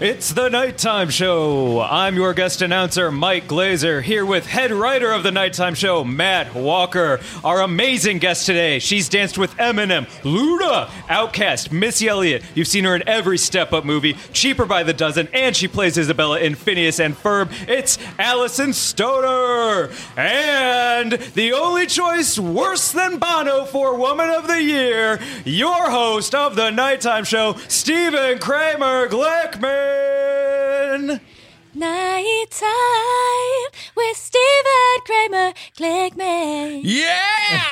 It's the Nighttime Show. I'm your guest announcer, Mike Glazer, here with head writer of the Nighttime Show, Matt Walker. Our amazing guest today. She's danced with Eminem, Luda, Outkast, Missy Elliott. You've seen her in every Step Up movie, Cheaper by the Dozen, and she plays Isabella in Phineas and Ferb. It's Allison Stoner. And the only choice worse than Bono for Woman of the Year, your host of the Nighttime Show, Stephen Kramer Glickman. Nighttime with Steven Kramer Glickman. Yeah!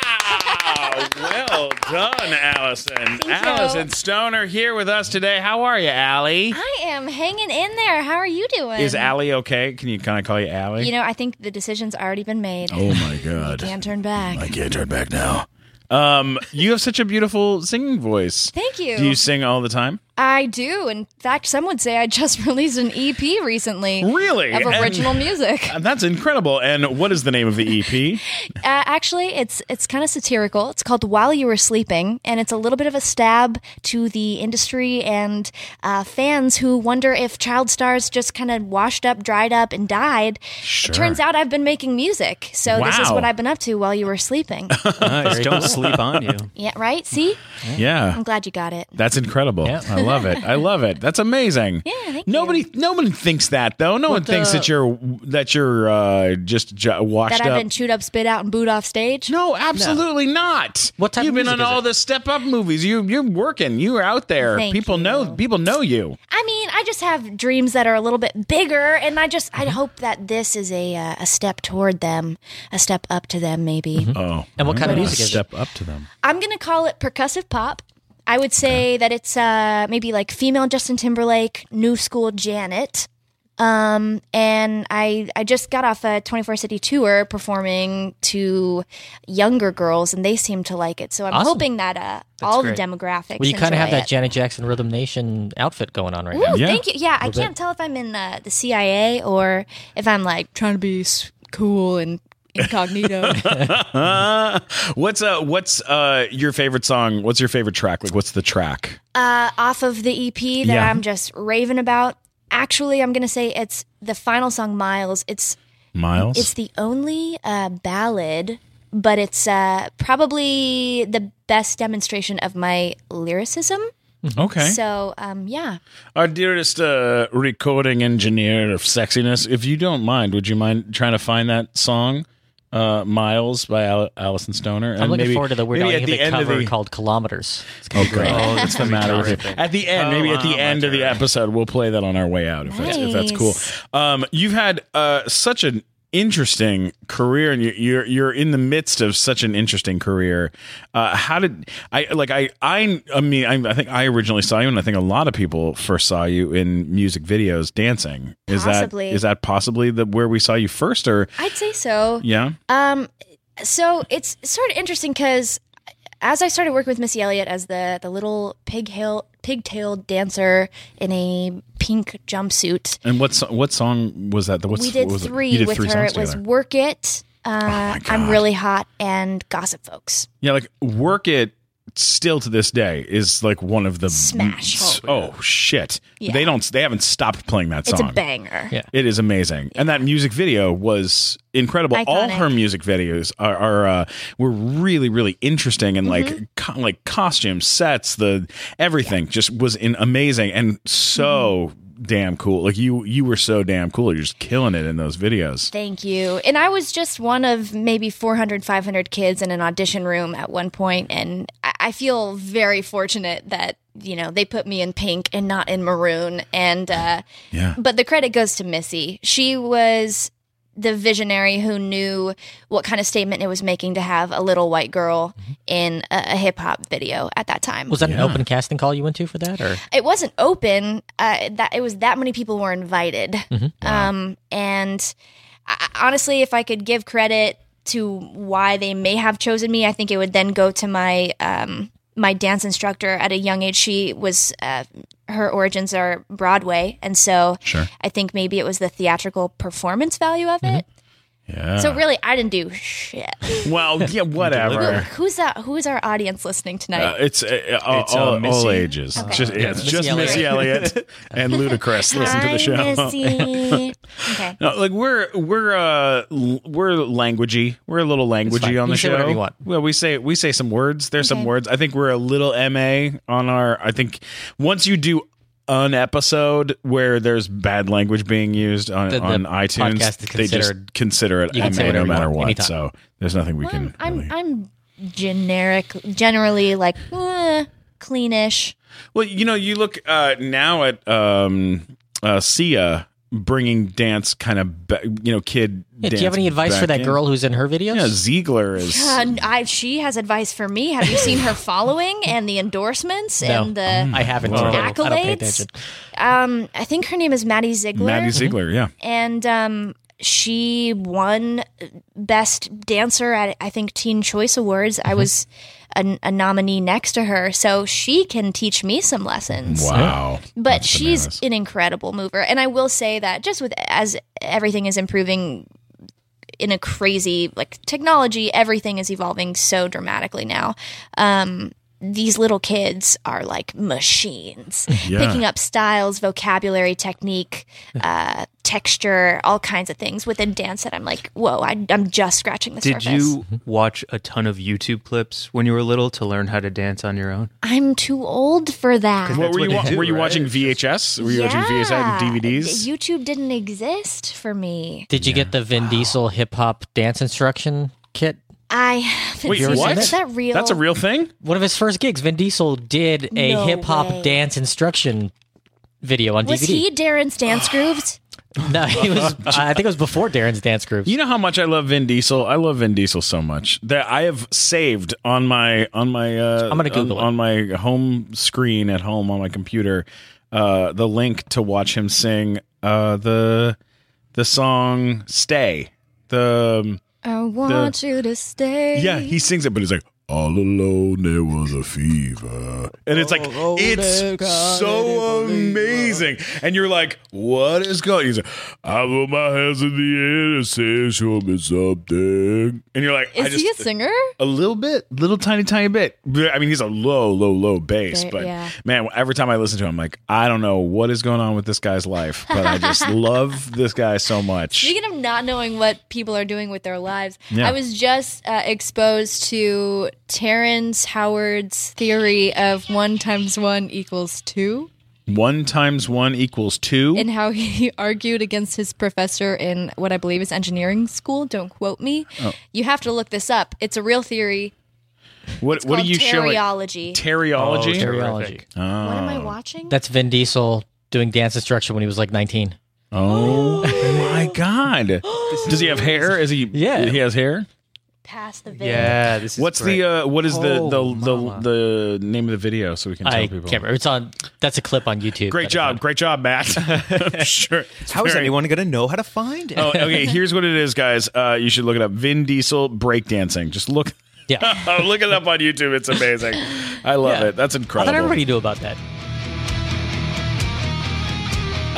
well done, Allison. you. Allison Stoner here with us today. How are you, Allie? I am hanging in there. How are you doing? Is Allie okay? Can you can I call you Allie? You know, I think the decision's already been made. oh my god. Can't turn back. I can't turn back now. Um, you have such a beautiful singing voice. Thank you. Do you sing all the time? I do. In fact, some would say I just released an EP recently. Really? Of And- original music. Uh, And that's incredible. And what is the name of the E EP? actually, it's it's kind of satirical. It's called While You Were Sleeping, and it's a little bit of a stab to the industry and uh, fans who wonder if child stars just kind of washed up, dried up, and died. Sure. It turns out I've been making music, so this is Wow. what I've been up to while you were sleeping. Nice. Don't sleep on you. yeah, right? See? Yeah. I'm glad you got it. That's incredible. Yeah. I love it. I love it. That's amazing. Yeah, thank you. Nobody, no one thinks that though. No one thinks that you're that you're uh, just j- washed That I've up. been chewed up, spit out, and booed off stage. no, absolutely not. What type You've of been music on is all it? the step up movies. You you're working. You're out there. Thank people you. know. People know you. I mean, I just have dreams that are a little bit bigger, and I just Mm-hmm. I hope that this is a uh, a step toward them, a step up to them, maybe. Oh, And what kind of music is it? up to them. I'm gonna call it percussive pop. I would say that it's uh, maybe like female Justin Timberlake, new school Janet. Um, and I I just got off a 24 city tour performing to younger girls, and they seem to like it. So I'm Awesome. hoping that uh, all Oh. great. the demographics. Well, you kind of have enjoy that it. Janet Jackson Rhythm Nation outfit going on right Ooh, now. Yeah. thank you. Yeah, I can't tell if I'm in uh, the CIA or if I'm like trying to be s- cool and incognito. uh, what's uh what's uh your favorite song? What's your favorite track? Like, what's the track? uh, off of the EP that Yeah. I'm just raving about. Actually, I'm gonna say it's the final song, Miles. It's Miles. it's the only uh, ballad, but it's uh, probably the best demonstration of my lyricism. okay. So, um, yeah. Our dearest uh, recording engineer of sexiness, if you don't mind, would you mind trying to find that song, uh, Miles by Al- Allison Stoner? I'm looking forward to the Weird Al maybe at Yankovic end of cover the- called Kilometers. It's gonna Oh, be great. God. what's the matter with you? At the Oh, end, maybe at the end of the episode, we'll play that on our way out if, that's, if that's cool. Nice. Um, you've had uh, such an interesting career, and you're, you're you're in the midst of such an interesting career. Uh, how did I like I I I mean I, I think I originally saw you, and I think a lot of people first saw you in music videos dancing. Is Possibly. that is that possibly the where we saw you first, or I'd say so. yeah? Um, so it's sort of interesting because as I started working with Missy Elliott as the the little pigtail pigtailed dancer in a pink jumpsuit, And what so- what song was that? What's, we did what was it? You three did with three her. songs It was together. Oh "Work It," uh, my God. "I'm Really Hot," and "Gossip Folks." Yeah, like work it still to this day is like one of the Smash. s- Oh, shit. Yeah. They don't they haven't stopped playing that It's song. a banger. Yeah. It is amazing. And that music video was incredible. All Iconic. her music videos are, are uh, were really really interesting and Mm-hmm. like co- like costumes, sets, the everything just was in amazing and so Mm-hmm. damn cool. Like you you were so damn cool. You're just killing it in those videos. Thank you. And I was just one of maybe 400, 500 kids in an audition room at one point, and I- I feel very fortunate that you know they put me in pink and not in maroon. And uh, Yeah. But the credit goes to Missy. She was the visionary who knew what kind of statement it was making to have a little white girl in a, a hip hop video at that time. Was that an open casting call you went to for that, or it wasn't open. Uh, that it was that many people were invited. Mm-hmm. Um, and I, I- honestly, if I could give credit to why they may have chosen me, I think it would then go to my um, my dance instructor at a young age. She was uh, her origins are Broadway, and so Sure. Mm-hmm. I think maybe it was the theatrical performance value of it. Yeah. So really, I didn't do shit. well, yeah, Who- whatever. who's that? Who is our audience listening tonight? Uh, it's uh, uh, all, It's, uh, all- all Missy. ages. Just, yeah, it's Missy just Missy Elliott and Ludacris. Listen to Hi, the show. Missy. okay. No, like we're we're uh l- we're languagey. We're a little languagey fine. on the You can say show. whatever you want. Well, we say we say some words. There's some Okay. words. I think we're a little ma on our. I think once you do an episode where there's bad language being used on, The- the on iTunes, podcast is they considered- just consider it you can say ma no whatever you matter want, what. anytime. So there's nothing we Well, can. Mm, I'm really- I'm generic, generally like eh, cleanish. Well, you know, you look uh, now at um, uh, Sia bringing dance kind of ba- you know kid. Yeah, do you have any advice for that girl who's in her videos? Yeah, Ziegler is. Uh, I, she has advice for me. Have you seen her following and the endorsements No, Mm. and the? I haven't. Whoa. I don't accolades. pay attention. Um, I think her name is Maddie Ziegler. Maddie Ziegler, yeah. and um, she won best dancer at I think Teen Choice Awards. Mm-hmm. I was a, a nominee next to her, so she can teach me some lessons. Wow. But she's bananas. an incredible mover, and I will say that just with as everything is improving in a crazy like technology, everything is evolving so dramatically now. Um, these little kids are like machines, Yeah. picking up styles, vocabulary, technique, uh, texture, all kinds of things within dance that I'm like, whoa, I, I'm just scratching the Did surface. you watch a ton of YouTube clips when you were little to learn how to dance on your own? I'm too old for that. What That's were you what wa- they do, were you right? watching VHS? Were you watching VHS and DVDs? YouTube didn't exist for me. Did you get the Vin Diesel hip hop dance instruction kit? I haven't Wait, seen what? that. Is that real? That's a real thing? One of his first gigs, Vin Diesel did a No hip way. hop dance instruction video on Was DVD. he Darren's dance grooves? No, he was. I think it was before Darren's dance group. You know how much I love Vin Diesel. I love Vin Diesel so much that I have saved on my on my uh, I'm gonna on- Google it. on, my home screen at home on my computer uh, the link to watch him sing uh, the the song "Stay." The um, I want you to stay. yeah, he sings it, but he's like. All alone, there was a fever, and it's like it's so amazing. And you're like, "What is going?" He's like, "I put my hands in the air and say, show me something." And you're like, "I Is just he a singer? a little bit, little tiny, tiny bit. I mean, he's a low, low, low bass, Very- but yeah. man, every time I listen to him, I'm like, I don't know what is going on with this guy's life, but I just love this guy so much." Speaking of not knowing what people are doing with their lives, Yeah. I was just uh, exposed to Terrence Howard's theory of one times one equals two, One times one equals two. and how he argued against his professor in what I believe is engineering school. Don't quote me. Oh. You have to look this up. It's a real theory. what what are called you showing? Oh. Teriology. Teriology. Oh, Stereology. what am I watching? That's Vin Diesel doing dance instruction when he was like 19. Oh my god! Does he have hair? Is he? Yeah. he has hair. Past the vid. Yeah, this is What's great. the uh, what is the Oh, the, mama. the the name of the video so we can tell I can't people? remember. It's on. That's a clip on YouTube. Great that I job, found. great job, Matt. sure. How is anyone going to know how to find it? Oh, okay. Here's what it is, guys. Uh, you should look it up. Vin Diesel breakdancing. Just look. Oh, Yeah. look it up on YouTube. It's amazing. I love Yeah. it. That's I incredible. thought everybody knew about that.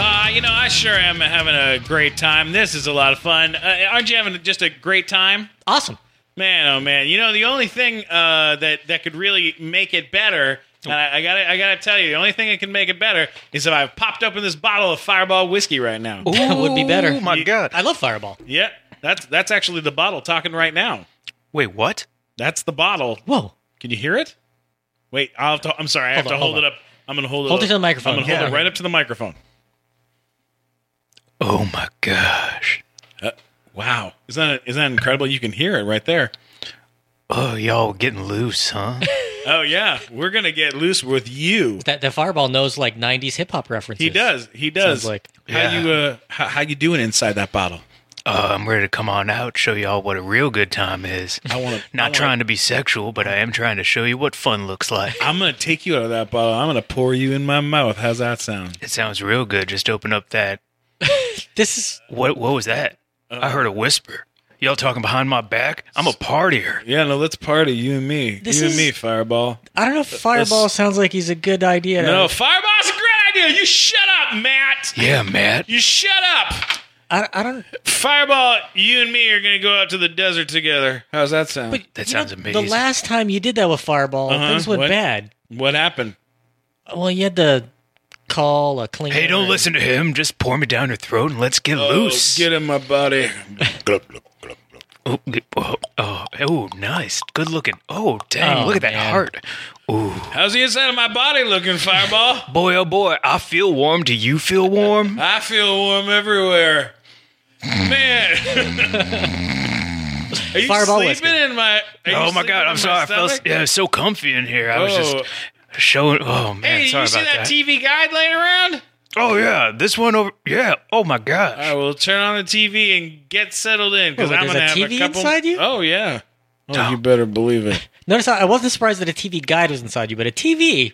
Uh, you know, I sure am having a great time. This is a lot of fun. Uh, aren't you having just a great time? Awesome. Man, oh man! You know the only thing uh, that that could really make it better, and I, I gotta I gotta tell you, the only thing that can make it better is if I popped open this bottle of Fireball whiskey right now. That would be better. Oh my god! I love Fireball. Yeah, that's that's actually the bottle talking right now. Wait, what? That's the bottle. Whoa. Can you hear it? Wait, I'll have to, I'm sorry. I have Hold to on, hold, hold it up. I'm gonna hold it. Hold up. it to the microphone. I'm gonna hold Yeah. it right up to the microphone. Oh my gosh! Uh, Wow, isn't that isn't that incredible? You can hear it right there. Oh, y'all getting loose, huh? Oh yeah, we're gonna get loose with you. That, that Fireball knows like 90s hip hop references. He does. He does. Sounds like- how Yeah. you uh how, how you doing inside that bottle? Uh, I'm ready to come on out, show y'all what a real good time is. I wanna- I Not wanna- trying to be sexual, but I am trying to show you what fun looks like. I'm gonna take you out of that bottle. I'm gonna pour you in my mouth. How's that sound? It sounds real good. Just open up that. This is. What? What was that? I heard a whisper. Y'all talking behind my back? I'm a partier. Yeah, no, let's party, you and me. This you and is- me, Fireball. Uh, I don't know if Fireball sounds like he's a good idea. No, Fireball's a great idea. You shut up, Matt. Yeah, Matt. You shut up. I, I don't. Fireball, you and me are going to go out to the desert together. How's that sound? But that you sounds know, amazing. The last time you did that with Fireball, Uh-huh, things went what? bad. what happened? Well, you had to call a cleaner. Hey, don't and- listen to him. Just pour me down your throat and let's get loose. Oh, Get in my body. oh, g- oh, oh, oh, nice. Good looking. Oh, dang. Oh, look at that man. heart. Ooh. How's the inside of my body looking, Fireball? Boy, oh boy, I feel warm. Do you feel warm? I feel warm everywhere. Man, are you Fireball sleeping whiskey. in my? are you Oh my sleeping God, in I'm sorry. I felt stomach? yeah, it was so comfy in here. I was Oh. just showing. Oh man, Hey, sorry you see about that, TV guide laying around? oh yeah, this one over. Yeah. Oh my gosh. I will turn on the TV and get settled in because Oh, Wait, I'm there's gonna a have a TV couple. inside you? Oh yeah. Oh, you better believe it. Notice how I wasn't surprised that a TV guide was inside you, but a TV.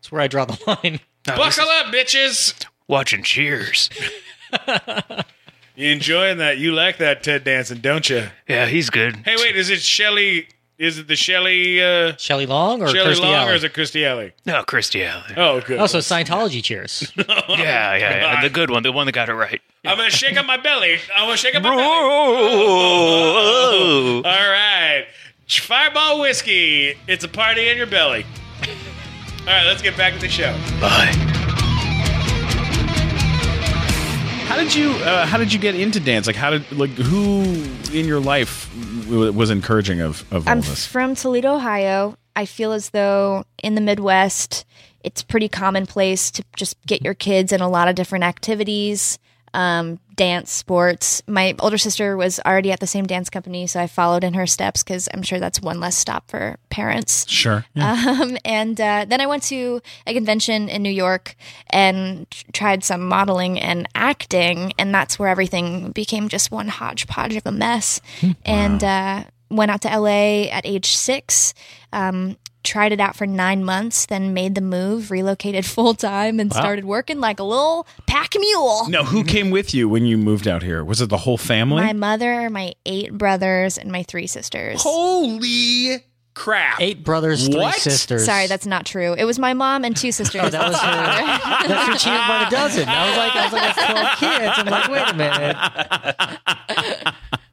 That's where I draw the line. No, this Buckle is up, bitches. Watching Cheers. You enjoying that? You like that Ted dancing, don't you? Yeah, he's good. Hey, wait, is it Shelly? Is it the Shelly? Uh, Shelley Long or Shelly Kirstie Long Alley? or is it Christy Alley? No, Christy Alley. Oh, good. Also, Scientology cheers. Oh, yeah, yeah, yeah. The good one, the one that got it right. I'm gonna shake up my belly. I'm gonna shake up my belly. Oh, All right, Fireball whiskey. It's a party in your belly. All right, let's get back to the show. Bye. How did you? Uh, how did you get into dance? Like, how did like who in your life w- was encouraging of of all I'm this? from Toledo, Ohio. I feel as though in the Midwest, it's pretty commonplace to just get your kids in a lot of different activities, um, dance, sports. My older sister was already at the same dance company, so I followed in her steps because I'm sure that's one less stop for parents. Sure. Yeah. Um, and uh, then I went to a convention in New York and tr- tried some modeling and acting, and that's where everything became just one hodgepodge of a mess. Hmm. And uh, went out to LA at age six. Um, tried it out for nine months, then made the move, relocated full time, and started working like a little pack mule. now, who came with you when you moved out here? Was it the whole family? My mother, my eight brothers, and my three sisters. Holy crap! Eight brothers, three What? sisters. Sorry, that's not true. It was my mom and two sisters. Oh, that was her. That's her cheating by the dozen. I was like, I was like, that's twelve kids. I'm like, wait a minute.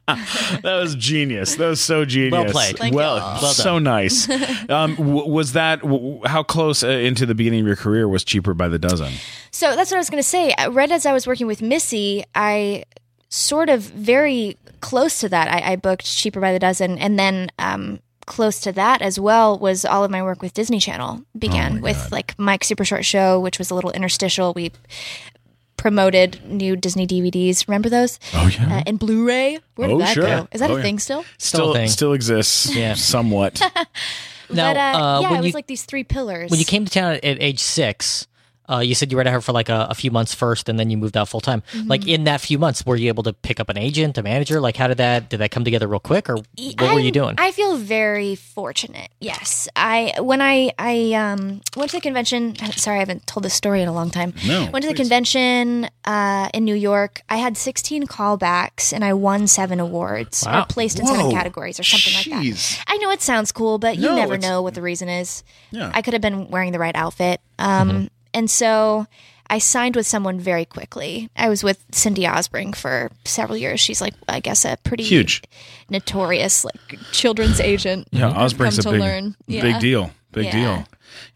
That was genius. That was so genius. Well played. Thank well, you. Well so nice. Um, w- was that w- w- how close uh, into the beginning of your career was cheaper by the dozen? So that's what I was going to say. Uh, Right as I was working with Missy, I sort of very close to that. I, I booked Cheaper by the Dozen, and then um, close to that as well was all of my work with Disney Channel Oh began with like Mike's Super Short Show, which was a little interstitial. We promoted new Disney DVDs. Remember those? Oh yeah, Uh, and Blu-ray. Where did Oh, that sure. go? Is that Oh, a yeah. thing still? still Still a thing. still exists. Yeah. somewhat. but, uh, yeah, when it was you like these three pillars. when you came to town at, at age six, uh, you said you were at her for like a, a few months first, and then you moved out full time. Mm-hmm. Like in that few months, were you able to pick up an agent, a manager? Like how did that did that come together real quick, or what were I'm- you doing? I feel very fortunate. Yes, I when I I um, went to the convention. Sorry, I haven't told this story in a long time. No, went to the convention uh, in New York. I had 16 callbacks and I won seven awards or placed in seven categories or something like that. I know it sounds cool, but you No, never it's- know what the reason is. Yeah. I could have been wearing the right outfit. Um, Mm-hmm. and so. I signed with someone very quickly. I was with Cindy Osbring for several years. She's like, I guess, a pretty Huge. notorious like children's agent. Yeah, Osbring's come a to big, learn. big Yeah. deal. Big Yeah. deal.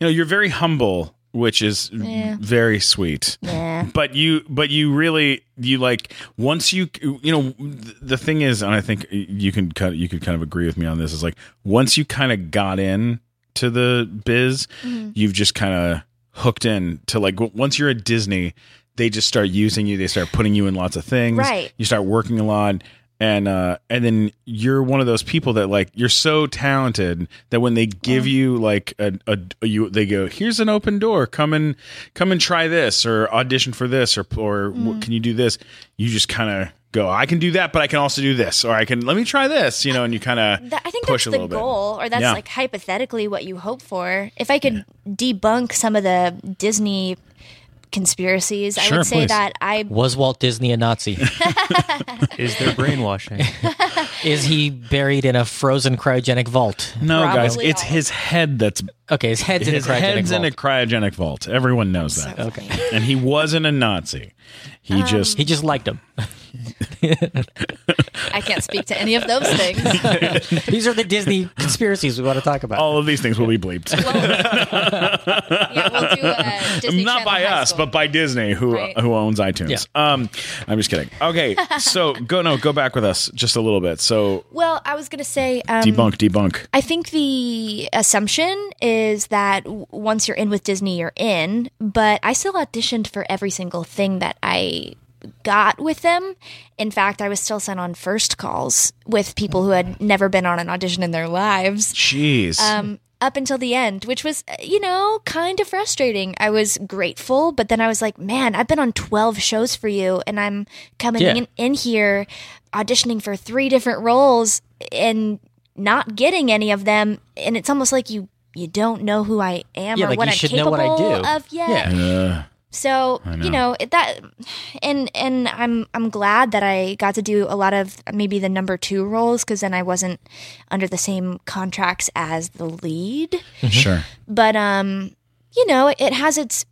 You know, you're very humble, which is very sweet. Yeah. But you, but you really, you like once you, you know, th- the thing is, and I think you can kind of, you could kind of agree with me on this. Is like once you kind of got in to the biz, Mm-hmm. you've just kind of hooked in to like w- once you're at Disney, they just start using you. They start putting you in lots of things. Right. You start working a lot. And uh, and then you're one of those people that like you're so talented that when they give you like a, a, you they go here's an open door come and come and try this or audition for this or or Mm. what can you do this you just kind of go I can do that but I can also do this or I can let me try this you know and you kind of That, I think push that's a the little bit. goal, or that's Yeah. like hypothetically what you hope for. If I could debunk some of the Disney conspiracies, I Sure, would say please. that I was Walt Disney a Nazi? Is there brainwashing? Is he buried in a frozen cryogenic vault? no guys Probably it's all. his head that's Okay, his head's his in a cryogenic head's vault. in a cryogenic vault everyone knows that okay. and he wasn't a Nazi he just Um, he just liked him. I can't speak to any of those things. These are the Disney conspiracies we want to talk about. All of these things will be bleeped. Yeah, we'll do uh, Disney Not Channel by High us, School. but by Disney, who Right. who owns iTunes. Um, I'm just kidding. Okay, so go no, go back with us just a little bit. So well, I was gonna say um, debunk, debunk. I think the assumption is that w- once you're in with Disney, you're in. But I still auditioned for every single thing that I got with them. In fact, I was still sent on first calls with people who had never been on an audition in their lives. Jeez. um, up until the end, which was, uh, you know, kind of frustrating. I was grateful, but then I was like, man, I've been on 12 shows for you, and I'm coming Yeah. in, in here auditioning for three different roles and not getting any of them. And it's almost like you. You don't know who I am Yeah, or like, what you I'm should capable know what I do. of yet. Yeah. Uh, So you know it- that, and and I'm I'm glad that I got to do a lot of maybe the number two roles because then I wasn't under the same contracts as the lead. sure. But um, you know it has its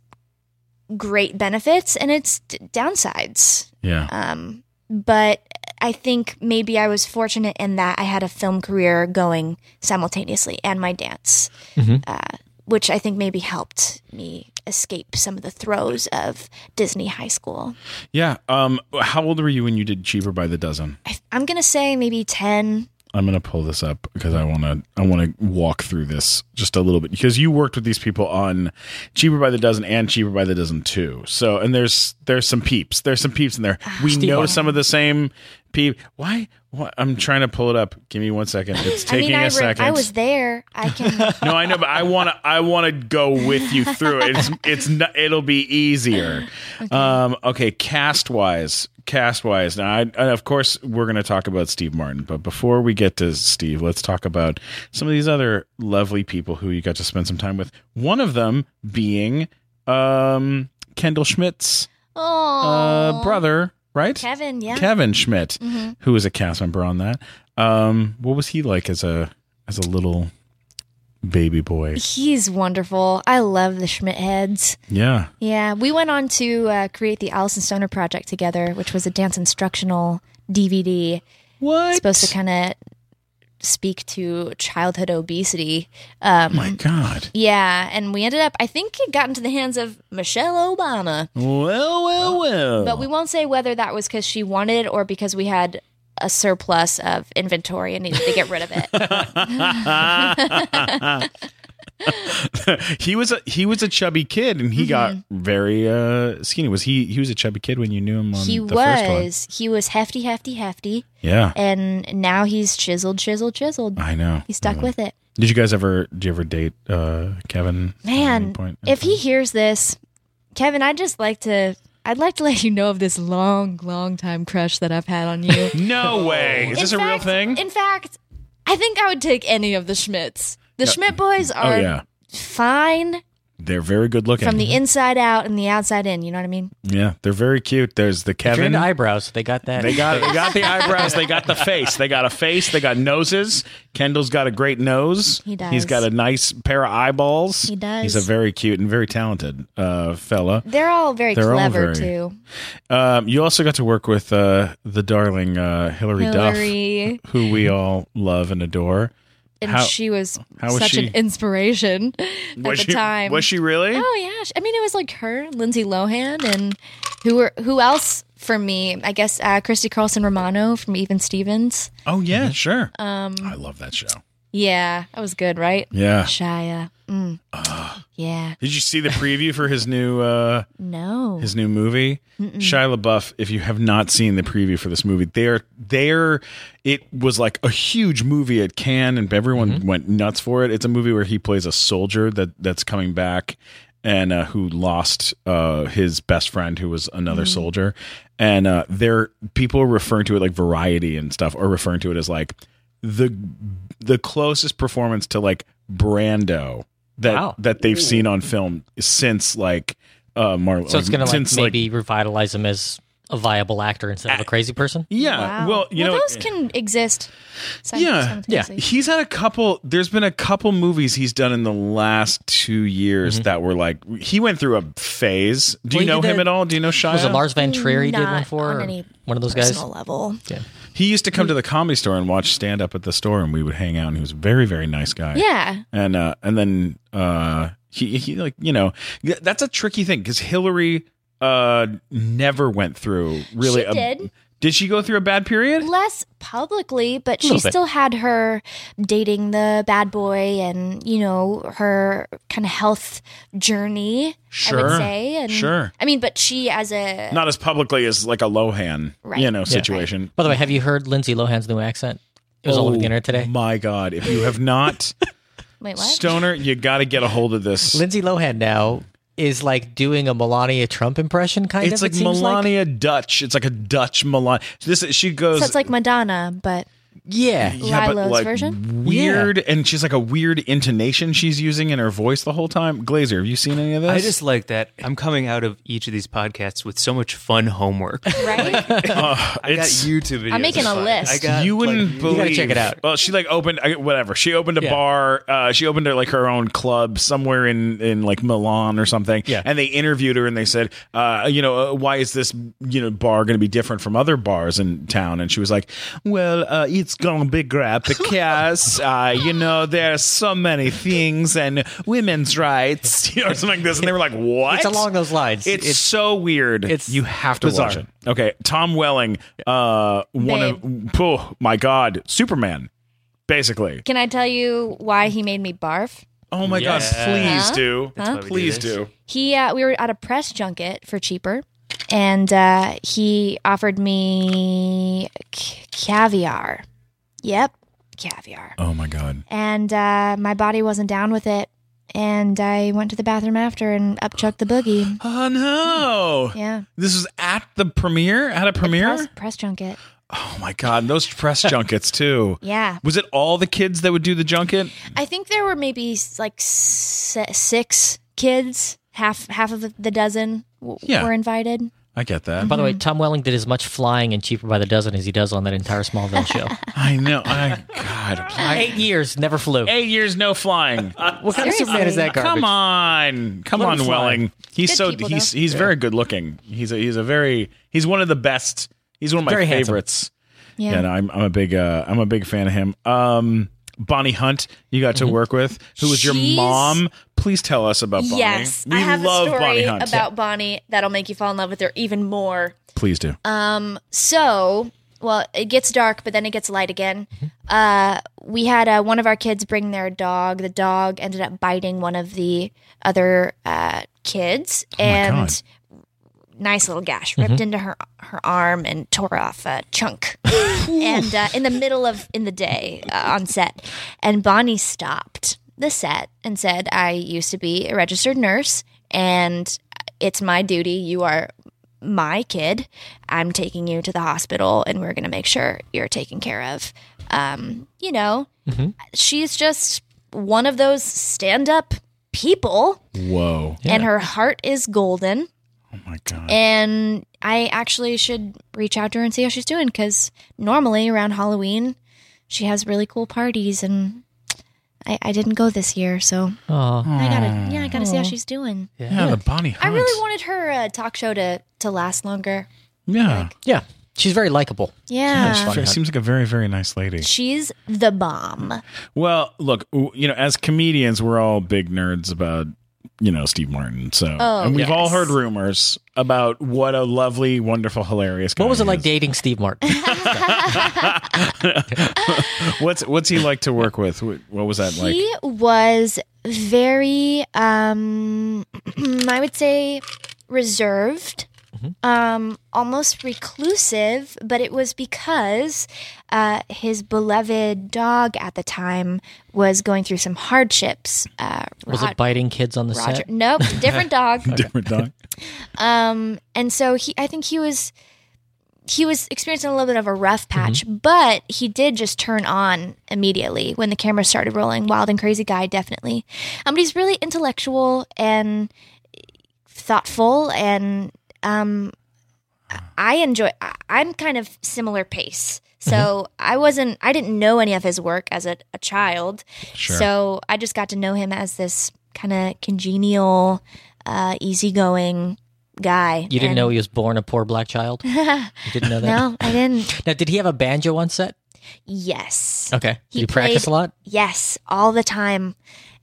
great benefits and its d- downsides. Yeah. Um, but I think maybe I was fortunate in that I had a film career going simultaneously and my dance, Mm-hmm. uh, which I think maybe helped me escape some of the throes of Disney high school. Yeah. Um, how old were you when you did Cheaper by the Dozen? I, I'm going to say maybe 10. I'm gonna pull this up because I wanna I wanna walk through this just a little bit because you worked with these people on Cheaper by the Dozen and Cheaper by the Dozen too. So and there's there's some peeps. There's some peeps in there. Ah, We know some of the same peep. Why? Why? I'm trying to pull it up. Give me one second. It's taking I mean, I, a re- second. I was there. I can. no, I know, but I wanna I wanna go with you through it. It's it's not, it'll be easier. Um, okay, cast wise, cast wise. Now, I, and of course, we're gonna talk about Steve Martin, but before we get to Steve, let's talk about some of these other lovely people who you got to spend some time with. One of them being um, Kendall Schmidt's oh, uh, brother, right? Kevin, yeah. Kevin Schmidt, who was a cast member on that. Um, what was he like as a as a little baby boy? He's wonderful. I love the Schmidt heads. Yeah. Yeah, we went on to uh, create the Allison Stoner project together, which was a dance instructional DVD What? supposed to kind of speak to childhood obesity. Um, My God. yeah, and we ended up. I think it got into the hands of Michelle Obama, Well, well, well. but we won't say whether that was because she wanted it or because we had a surplus of inventory and needed to get rid of Um, it. he was a he was a chubby kid, and he got Mm-hmm. very uh, skinny. Was he he was a chubby kid when you knew him on he the first one? was he was hefty, hefty, hefty, Yeah, and now he's chiseled, chiseled, chiseled. I know. He's stuck Yeah. with it. Did you guys ever? Did you ever date uh, Kevin? at any Man, point? if he hears this, Kevin, I'd just like to I'd like to let you know of this long, long time crush that I've had on you. no way. Is In this a real fact- thing? In fact, I think I would take any of the Schmidts. The Schmidt boys oh are yeah, fine they're very good looking. from the inside out and the outside in, you know what I mean? yeah, they're very cute. There's the If you're Kevin. into eyebrows. They got that. They got they got the eyebrows. They got the face. They got a face. They got noses. Kendall's got a great nose. He does. He's got a nice pair of eyeballs. He does. He's a very cute and very talented uh, fella. They're all very They're all clever very- too. Um, you also got to work with uh, the darling uh, Hillary, Hillary Duff, who we all love and adore. and How- she was how was such she? an inspiration at was the she, time. Was she really? Oh yeah, Sh- I mean it was like her, Lindsay Lohan, and who were who else for me? I guess uh, Christy Carlson Romano from Even Stevens. Oh yeah, sure. Um, I love that show. Yeah, that was good, right? Yeah. Ah. Shia. Mm. yeah. Did you see the preview for his new uh, No. his new movie. Shia LaBeouf. If you have not seen the preview for this movie, there, there, it was like a huge movie at Cannes, and everyone went nuts for it. It's a movie where he plays a soldier that that's coming back, and uh, who lost uh, his best friend, who was another soldier, and uh, there people are referring to it like Variety and stuff, are referring to it as like the the closest performance to like Brando. That, Wow. that they've seen on film since like uh Marlon so it's gonna like since, maybe revitalize him as a viable actor instead of a crazy person. Yeah. Wow. Well, you know, eh, those can exist. Sim- yeah, simultaneously. He's had a couple. There's been a couple movies he's done in the last two years that were like he went through a phase. Do you Mm-hmm. know Well, he did him that- at all? Do you know Shia? Was it Lars Van Trier he did Not one for? on or any one of those guys. personal level. He used to come to Mm. the comedy store and watch stand up at the store, and we would hang out. And he was a very, very nice guy. Yeah. and uh, and then uh, he he like you know th- that's a tricky thing because Hillary uh never went through really. She a- did. Did she go through a bad period? Less publicly, but she Little bit. still had her dating the bad boy and, you know, her kind of health journey, I Sure. would say. And, Sure. I mean, but she as a. Not as publicly as like a Lohan, Right. you know, situation. By the way, have you heard Lindsay Lohan's new accent? It was all over the internet today. Oh, My God, if you have not wait, what? Stoner, you got to get a hold of this. Lindsay Lohan now is like doing a Melania Trump impression, kind It's of. like it seems Melania Dutch. It's like a Dutch Melania. This she goes. so it's like Madonna, but Yeah. yeah, but Lilo's like version? weird, and she's like a weird intonation she's using in her voice the whole time. Glazer, have you seen any of this? I just like that. I'm coming out of each of these podcasts with so much fun homework. right? I got It's- YouTube videos. I'm making a Fun. list. I got, you like, wouldn't believe. gotta check it out. Well, she like opened I- whatever. She opened a Yeah. bar. Uh, she opened her, like her own club somewhere in in like Milan or something. Yeah. And they interviewed her and they said, uh, you know, uh, why is this you know bar going to be different from other bars in town? And she was like, well, uh, it's gonna be great because uh, you know there's so many things and women's rights you know, or something like this. And they were like, what? It's along those lines. It's, so weird. it's you have to bizarre. watch it. Okay, Tom Welling, uh, one of oh my god, Superman, basically. Can I tell you why he made me barf? Oh my god, Yeah. please Huh? do, why we do please this. do. He, uh, we were at a press junket for cheaper, and uh, he offered me c- caviar. Yep, caviar. Oh my god, And uh, my body wasn't down with it, and I went to the bathroom after and upchucked the boogie. oh no, Yeah, this is at the premiere, at a press, premiere. press junket. Oh my god, those press junkets too. Yeah, Was it all the kids that would do the junket? I think there were maybe s- like s- six kids. Half half of the dozen w- Yeah. were invited. I get that. By the way, Tom Welling did as much flying and cheaper by the dozen as he does on that entire Smallville show. I know. I God. Eight years, never flew. Eight years no flying. What kind of Superman is that garbage? Come on, come Let him on, fly. Welling. He's Good so people, he's though. he's very good looking. He's a, he's a very he's one of the best. He's one of my Very handsome. favorites. Yeah. Yeah, no, I'm I'm a big uh, I'm a big fan of him. Um, Bonnie Hunt, you got Mm-hmm. to work with, who was your She's- mom. Please tell us about Bonnie. Yes, we I have love a story Bonnie Hunt. about Bonnie that'll make you fall in love with her even more. Please do. um, So, well, it gets dark, but then it gets light again. Uh, we had uh, one of our kids bring their dog. The dog ended up biting one of the other uh, kids, and nice little gash ripped into her her arm and tore off a chunk. and uh, in the middle of in the day uh, on set, and Bonnie stopped the set and said, "I used to be a registered nurse, and it's my duty. You are." My kid, I'm taking you to the hospital, and we're going to make sure you're taken care of. Um, you know, she's just one of those stand up people, Whoa, and her heart is golden oh my god. and I actually should reach out to her and see how she's doing because normally around Halloween, she has really cool parties, and I, I didn't go this year, so Oh, I gotta yeah, I gotta see how she's doing. yeah, the Bonnie I Hunt. really wanted her uh, talk show to to last longer. yeah. yeah. She's very likable. Yeah, She seems like a very, very nice lady. she's the bomb. Well, look, w- you know, as comedians, we're all big nerds about you know Steve Martin. So, Oh, and we've all yes. heard rumors about what a lovely, wonderful, hilarious. Guy What was it he like is. dating Steve Martin? What's What's he like to work with? Wh- What was that like? He was very, um, I would say, reserved, Mm-hmm. um, almost reclusive, but it was because uh, his beloved dog at the time was going through some hardships. Uh, Was Rod- it biting kids on the Roger? set? Nope, different dog. Different dog. Um, and so he, I think he was, he was experiencing a little bit of a rough Mm-hmm. patch, but he did just turn on immediately when the camera started rolling. Wild and crazy guy, definitely. Um, but he's really intellectual and thoughtful, and um, I enjoy. I- I'm kind of similar pace. Mm-hmm. So I wasn't. I didn't know any of his work as a, a child. Sure. So I just got to know him as this kind of congenial, uh, easygoing guy. You didn't And- know he was born a poor black child? You didn't know that? No, I didn't. Now, did he have a banjo on set? Yes. Okay. Did He you practice played- a lot? Yes, all the time.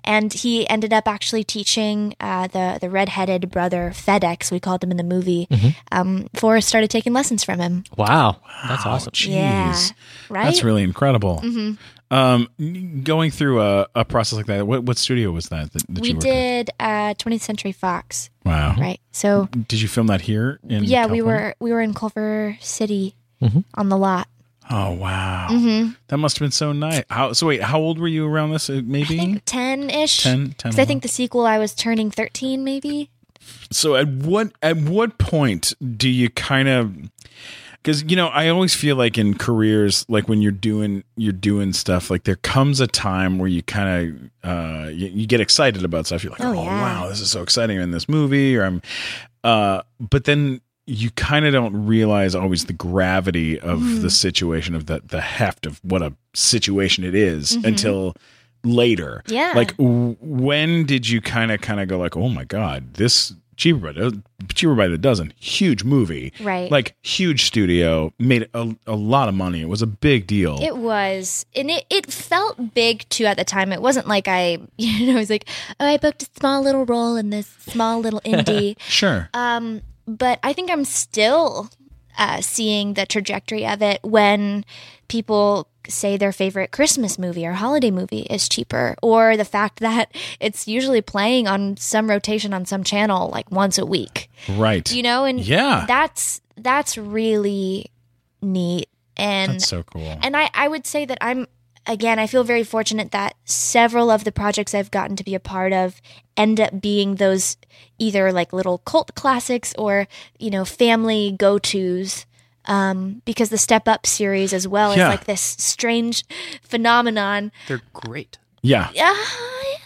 And he ended up actually teaching uh, the the redheaded brother FedEx. We called him in the movie. Mm-hmm. Um, Forrest started taking lessons from him. Wow. That's awesome. Jeez. Yeah, right. Mm-hmm. That's really incredible. Um, n- going through a, a process like that, what, what studio was that that, that we you worked with? did uh, 20th Century Fox, Wow. right? So Did you film that here? In yeah, we California? Mm-hmm. were we were in Culver City on the lot. Oh wow, Mm-hmm. that must have been so nice. How so? Wait, how old were you around this? uh, Maybe I think ten ish. 10, 10, Because I think the sequel I was turning 13, maybe. So at what at what point do you kind of because you know I always feel like in careers like when you're doing you're doing stuff like there comes a time where you kind of uh, you, you get excited about stuff. You're like, oh, Oh, yeah. wow, this is so exciting in this movie, or I'm. Uh, but then you kind of don't realize always the gravity of Mm-hmm. the situation of the the heft of what a situation it is until later. Mm-hmm. Yeah. Like w- when did you kind of kind of go like, oh my god, this cheaper by the, cheaper by the dozen, huge movie, Right. Like huge studio made a, a lot of money. It was a big deal. It was, and it, it felt big too at the time. It wasn't like I, you know, I was like, oh, I booked a small little role in this small little indie. sure. um, but I think I'm still uh, seeing the trajectory of it when people say their favorite Christmas movie or holiday movie is cheaper, or the fact that it's usually playing on some rotation on some channel like once a week, right. you know, and Yeah. that's that's really neat and That's so cool. and I, I would say that I'm, again, I feel very fortunate that several of the projects I've gotten to be a part of end up being those either like little cult classics or, you know, family go tos. Um, because the Step Up series as well is Yeah. like this strange phenomenon. They're great. yeah. Uh,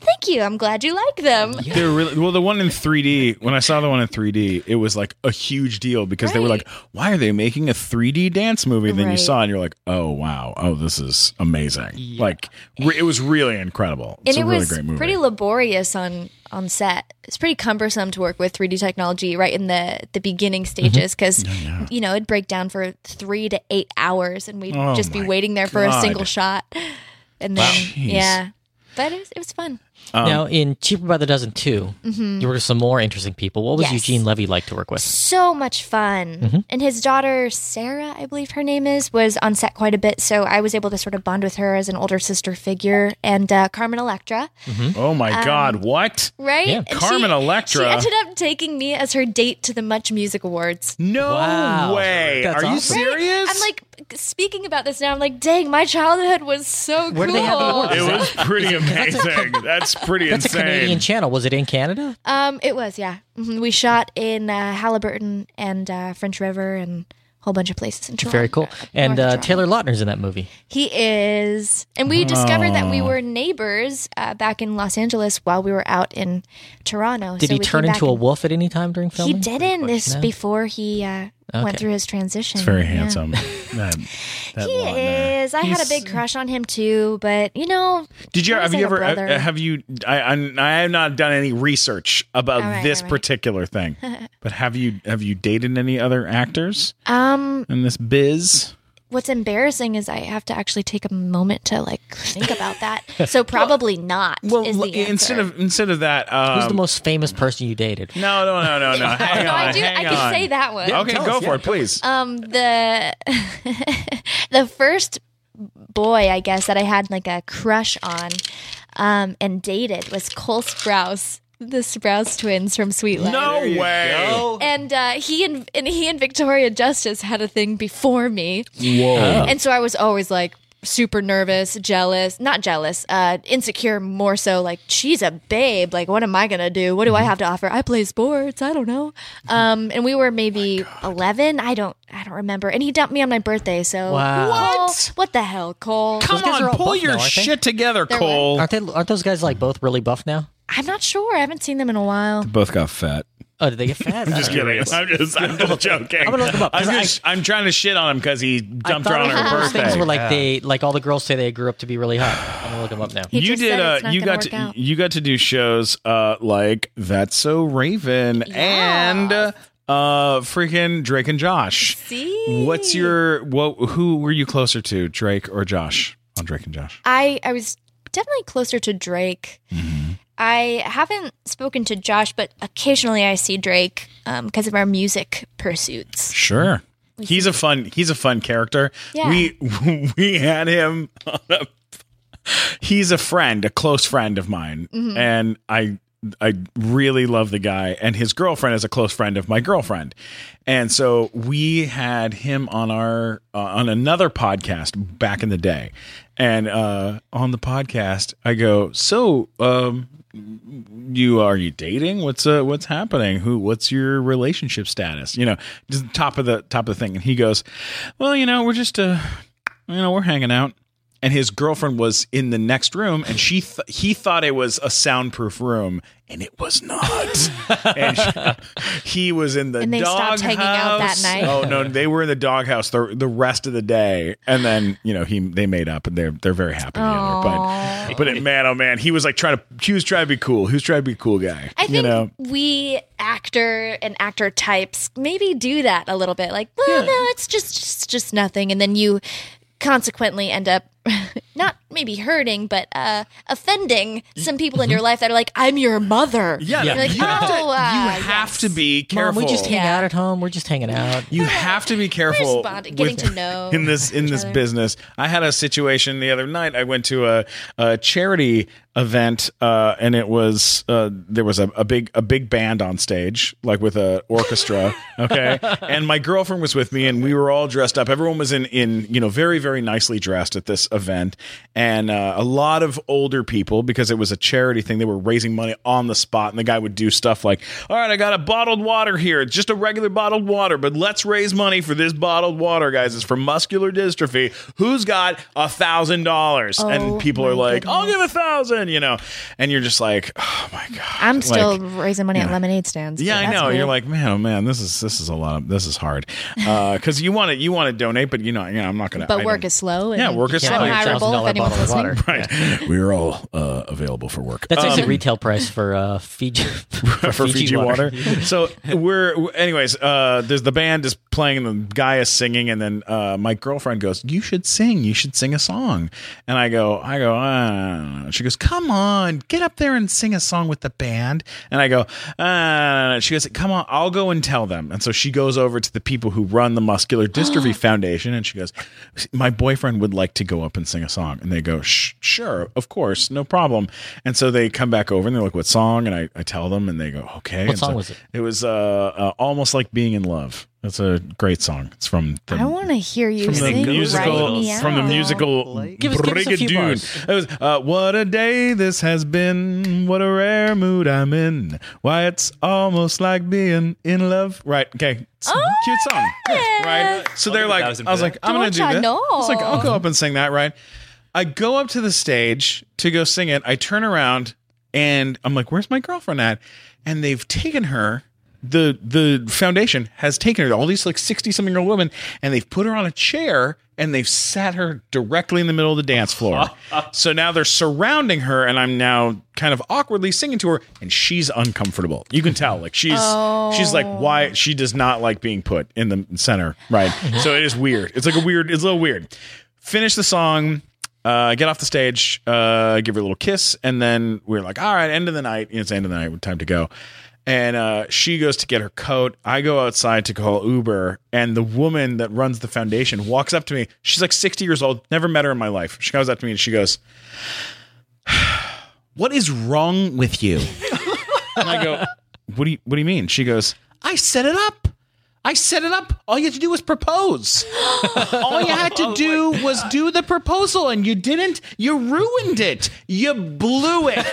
thank you. I'm glad you like them. They're really well. The one in 3D. When I saw the one in 3D, it was like a huge deal because they were Right. like, "Why are they making a 3D dance movie?" And then you Right. saw, it and you're like, "Oh wow! Oh, this is amazing! Like, re- it was really incredible. It's and a it really was great movie. pretty laborious on on set. It's pretty cumbersome to work with 3D technology right in the the beginning Mm-hmm. stages because you know it'd break down for three to eight hours, and we'd Oh just be my waiting there for a God. single shot. And then Jeez. yeah, but it was it was fun. Um, now, in Cheaper by the Dozen 2, you worked with some more interesting people. What was Mm-hmm. Yes. Eugene Levy like to work with? So much fun. Mm-hmm. And his daughter Sarah, I believe her name is, was on set quite a bit, so I was able to sort of bond with her as an older sister figure. And uh, Carmen Electra, oh my um, god! What? right? Yeah. And she- Carmen Electra. She ended up taking me as her date to the Much Music Awards. No Wow. way! That's are you awesome. serious? I'm like speaking about this now. I'm like, dang, my childhood was so Where do cool. they have the award? It was pretty amazing. That's pretty That's insane. a Canadian channel. Was it in Canada? um, it was, yeah. Mhm. We shot in uh, Halliburton and uh, French River and a whole bunch of places in Toronto. Very cool. north And of uh, Toronto. Taylor Lautner's in that movie. he is, and we discovered that Oh. we were neighbors uh, back in Los Angeles while we were out in Toronto. Did So he we turn came back into a and- wolf at any time during He filming? didn't. This No? before he uh, Okay. went through his transition. It's very Yeah. handsome. That, that He Lautner. is. I had a He's- big crush on him too, but you know, Did you He was have you like a ever brother. uh, have you? I, I'm- I have not done any research about All right, this all right. particular thing, but have you have you dated any other actors um, in this biz? what's embarrassing is I have to actually take a moment to like think about that. So probably not. is l- the answer. instead of instead of that, um, Who's the most famous person you dated? no, no, no, no, no. Hang no, on, I do. Oh, I hang can on. say that one. Okay, Tell go us, for yeah, it, please. Um, the the first boy I guess that I had like a crush on, um, and dated was Cole Sprouse, the Sprouse twins from Sweet Life. no way. And uh, he and, and he and Victoria Justice had a thing before me. Whoa. And so I was always like super nervous, jealous, not jealous, uh, insecure more so like she's a babe, like what am I going to do? What do Mm-hmm. I have to offer? I play sports, I don't know. Um and we were Oh maybe 11, I don't I don't remember. And he dumped me on my birthday, so Wow. Cole, what the hell, Cole? Come guys are on, all pull buff your now, aren't they? shit together, They're Cole. Aren't they? Aren't those guys like both really buff now? I'm not sure. I haven't seen them in a while. Both got fat. Oh, did they get fat? I'm just kidding. I'm just, I'm just joking. I'm gonna look him up, 'cause I- just, I, am trying to shit on him because he dumped I her thought on it was one her of those Things birthday. where like they like all the girls say they grew up to be really hot. I'm gonna look them up now. He you just said did. it's Uh, not you gonna got work to. out. You got to do shows uh, like That's So Raven and uh, freaking Drake and Josh. See? What's your what? Who were you closer to, Drake or Josh? On Drake and Josh. I I was definitely closer to Drake. Mm-hmm. I haven't spoken to Josh, but occasionally I see Drake because of our music pursuits. Sure. He's a fun. He's a fun character. Yeah. We we had him. On a, he's a friend, a close friend of mine, and I I really love the guy. And his girlfriend is a close friend of my girlfriend, and so we had him on our uh, on another podcast back in the day. And uh, on the podcast, I go, so um, you are you dating what's uh what's happening who what's your relationship status you know just top of the top of the thing and he goes well you know we're just uh you know we're hanging out and his girlfriend was in the next room and she th- he thought it was a soundproof room and it was not and she- he was in the And they dog stopped hanging out that house. night. oh no they were in the doghouse the, the rest of the day and then you know he they made up and they're they're very happy together but but it, man, oh man, he was like trying to. He was trying to be cool. He was trying to be a cool guy. I think you know, we actor and actor types maybe do that a little bit. Like, well, no, it's just, just just nothing, and then you consequently end up not maybe hurting, but uh, offending some people Mm-hmm. in your life that are like, "I'm your mother." you You're like, have, to, "Oh, uh, you have yes." to be Mom, careful. we just hang Yeah. out at home. We're just hanging out. you have to be careful. Just bonding, getting with- to know in this in each this other. business. I had a situation the other night. I went to a, a charity event, uh, and it was uh, there was a, a big a big band on stage, like with a orchestra. Okay, and my girlfriend was with me, and we were all dressed up. Everyone was in in you know very very nicely dressed at this event, and uh, a lot of older people because it was a charity thing. They were raising money on the spot, and the guy would do stuff like, "All right, I got a bottled water here. It's just a regular bottled water, but let's raise money for this bottled water, guys. It's for muscular dystrophy. Who's got a thousand dollars?" And Oh, people my are like, "I'll give goodness. a thousand, You know, and you're just like, "Oh my god!" I'm still Like, raising money at lemonade stands. yeah, so I that's know. You're weird. like, man, oh man, this is this is a lot of this is hard because you want to you want to donate, but you know, you know, I'm not gonna. but I work don't- is slow. And Yeah, work is I'm slow. hireable if $1,000 anyone's bottle of listening. water. right. We are all uh, available for work. That's actually retail price for uh, Fiji for, Um, for Fiji, water. so we're, anyways. Uh, there's the band is playing, and the guy is singing, and then uh, my girlfriend goes, "You should sing. You should sing a song." And I go, I go. I don't know. She goes, "Come on, get up there and sing a song with the band." And I go, uh, she goes, "Come on, I'll go and tell them." And so she goes over to the people who run the Muscular Dystrophy Foundation, and she goes, "My boyfriend would like to go up and sing a song." And they go, "Sh- "Sure, of course, no problem." And so they come back over, and they're like, "What song?" And I, I tell them, and they go, "Okay." What And song so was it? It was uh, uh, almost like being in love. That's a great song. It's from the I want to hear you from sing the right musical me from the out. musical Give us- give us a few bars. Brigadoon. It was uh, what a day this has been. What a rare mood I'm in. Why it's almost like being in love. Right? Okay. It's a cute song. Oh, Right? So they're give a like, thousand I was for like, I'm gonna do Don't ya this. know? I was like, I'll go up and sing that. Right? I go up to the stage to go sing it. I turn around and I'm like, where's my girlfriend at? And they've taken her. The the foundation has taken her, all these like 60 something year old women, and they've put her on a chair and they've sat her directly in the middle of the dance floor. so now they're surrounding her, and I'm now kind of awkwardly singing to her, and she's uncomfortable. You can tell. Like she's Oh. she's like, why she does not like being put in the center. Right. so it is weird. It's like a weird, it's a little weird. Finish the song uh, get off the stage, uh, give her a little kiss, and then we're like, all right, end of the night. It's the end of the night, time to go. And uh, she goes to get her coat. I go outside to call Uber, and the woman that runs the foundation walks up to me. She's like 60 years old, never met her in my life. She comes up to me and she goes, What is wrong with you? and I go, What do you what do you mean? She goes, I set it up. I set it up. All you had to do was propose. All you had to do was do the proposal, and you didn't. You ruined it. You blew it.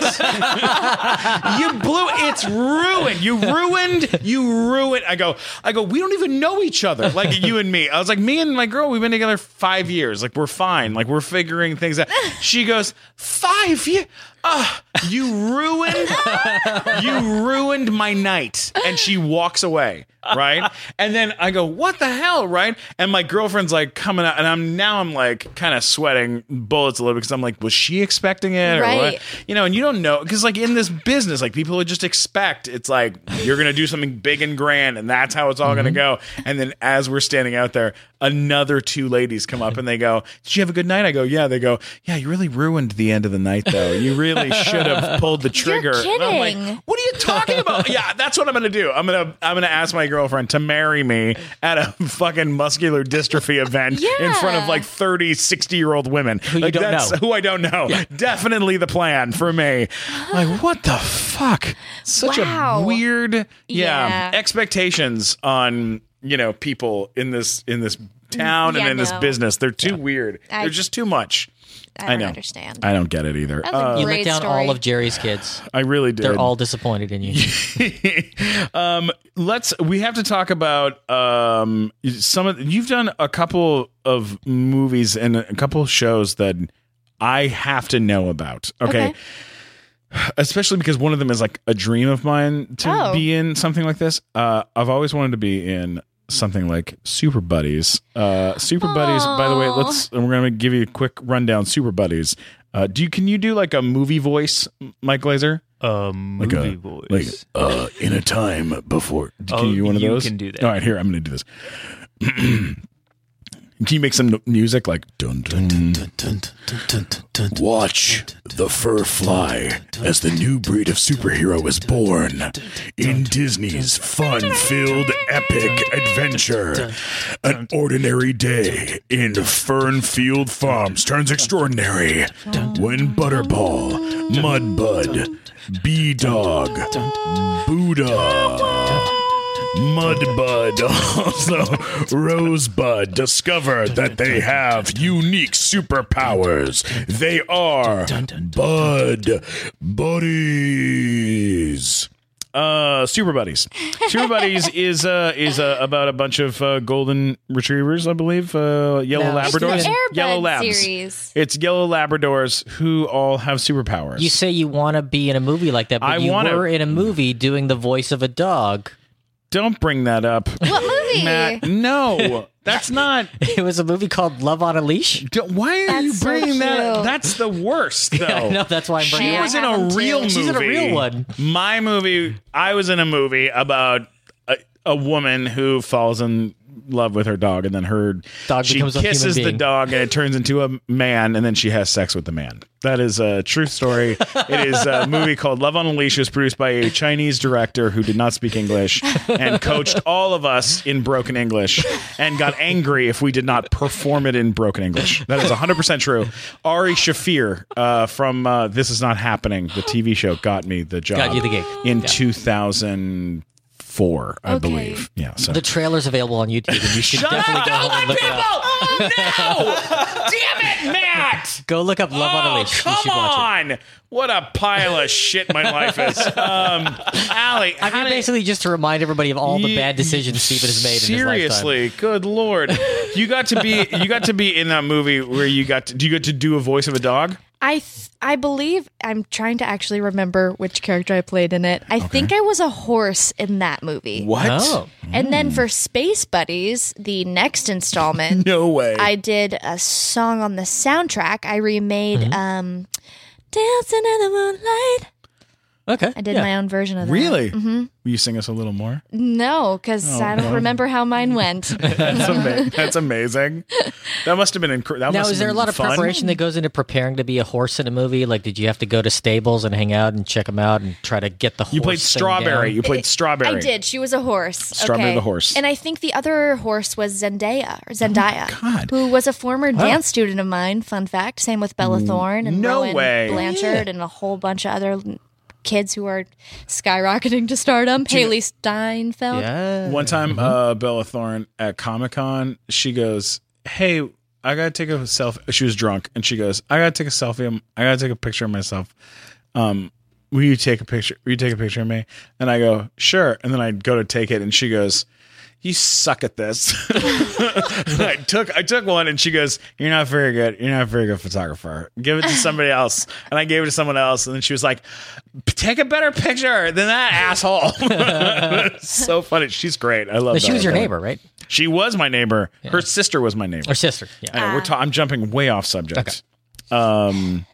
you blew it. It's ruined. You ruined. You ruined. I go. I go. We don't even know each other. Like you and me. I was like, me and my girl. We've been together five years. Like we're fine. Like we're figuring things out. She goes, five years. Ah, uh, you ruined you ruined my night. And she walks away, right? And then I go, what the hell, right? And my girlfriend's like coming out, and I'm now I'm like kind of sweating bullets a little because I'm like, was she expecting it or what? Right. You know, and you don't know because like in this business, like people would just expect it's like you're gonna do something big and grand, and that's how it's all gonna go. And then as we're standing out there, another two ladies come up and they go, "Did you have a good night?" I go, "Yeah." They go, "Yeah, you really ruined the end of the night, though. You really should have pulled the trigger." And I'm like, kidding. what are you talking about? yeah, that's what I'm gonna do. I'm gonna I'm gonna ask my girlfriend to marry me at a fucking muscular dystrophy event in front of Yeah. like 30, 60 year old women who you like, don't that's know. who I don't know. Definitely the plan for me. like what the fuck? Such Wow. a weird yeah, Yeah. expectations on you know people in this in this town Yeah, and in this no. business. They're too weird. I- They're just too much. I I don't know. understand. I don't get it either. That was a Uh, You great let down story. all of Jerry's kids. I really did. They're all disappointed in you. um, let's. We have to talk about um, some of. You've done a couple of movies and a couple of shows that I have to know about. Okay. Okay. Especially because one of them is like a dream of mine to Oh. be in something like this. Uh, I've always wanted to be in something like Super Buddies. Uh, Super Buddies. By the way, Aw. let's. We're gonna give you a quick rundown. Super Buddies. Uh, do you can you do like a movie voice, Mike Glazer? A Uh, movie a- voice. like uh in a time before can Oh, you do one of you those can do that. all right here i'm gonna do this can you make some music like dun dun, dun, Watch the fur fly as the new breed of superhero is born in Disney's fun filled epic adventure. An ordinary day in Fernfield Farms turns extraordinary when Butterball, Mudbud, Bee Dog, Buddha, Mudbud, also Rosebud, discover that they have unique superpowers. They are Bud Buddies. Uh, super buddies. Super buddies is uh is uh, about a bunch of uh, golden retrievers, I believe. Uh, yellow No. It's the labradors, It's the Airbud yellow labs. series. It's yellow labradors who all have superpowers. You say you want to be in a movie like that, but I you wanna- were in a movie doing the voice of a dog. Don't bring that up, What movie? Matt. No, that's not. It was a movie called Love on a Leash. Don't- Why are you That's so bringing that up? cute. That's the worst, though. I know that's why I'm she bringing it up. was I in have a them too. real movie. She's in a real one. My movie, I was in a movie about a, a woman who falls in love with her dog, and then her Dog she becomes a human kisses the being. dog, and it turns into a man, and then she has sex with the man. That is a true story. it is a movie called Love on a Leash. It was produced by a Chinese director who did not speak English and coached all of us in broken English and got angry if we did not perform it in broken English. That is 100% true. Ari Shafir uh, from uh, This Is Not Happening, the TV show, got me the job Got you the gig. in 2004, I Okay. believe. Yeah. So The trailer's available on YouTube, and you should definitely go home and look it up. Oh, damn it, Matt! Go look up Love on a Oh, Leash. Come you should watch it. on! What a pile of shit my life is. Um, Allie, I mean, basically, just to remind everybody of all the bad decisions Steven has made in his lifetime. Seriously, good lord! You got to be you got to be in that movie where you got to, do you get to do a voice of a dog? I th- I believe I'm trying to actually remember which character I played in it. I think I was a horse in that movie. What? Oh, And then for Space Buddies, the next installment, Hmm. No way! I did a song on the soundtrack. I remade Mm-hmm. um Dancing in the Moonlight. okay. I did yeah. my own version of that. really? mm-hmm. Will you sing us a little more? No, because Oh, I don't remember how mine went. That's, ama- that's amazing. That must have been incredible. Now, is there a lot of fun. preparation that goes into preparing to be a horse in a movie? Like, did you have to go to stables and hang out and check them out and try to get the horse? You played thing strawberry. down? You played strawberry. I did. She was a horse. Strawberry okay. the horse. And I think the other horse was Zendaya or Zendaya, Oh God. who was a former dance student of mine. Fun fact. Same with Bella Thorne and no Rowan way. Blanchard and a whole bunch of other l- kids who are skyrocketing to stardom. Haley Steinfeld. yeah. One time, uh, Bella Thorne at Comic Con, she goes, "Hey, I gotta take a selfie." She was drunk, and she goes, "I gotta take a selfie. I gotta take a picture of myself. Um, will you take a picture? Will you take a picture of me?" And I go, "Sure." And then I go to take it, and she goes, you suck at this. And I took I took one and she goes, You're not very good. You're not a very good photographer. Give it to somebody else. And I gave it to someone else. And then she was like, Take a better picture than that asshole. It's so funny. She's great. I love But she that was your about her. neighbor, right? She was my neighbor. Her sister was my neighbor. Or sister? Yeah. I know, we're Uh, ta- I'm jumping way off subject. Um,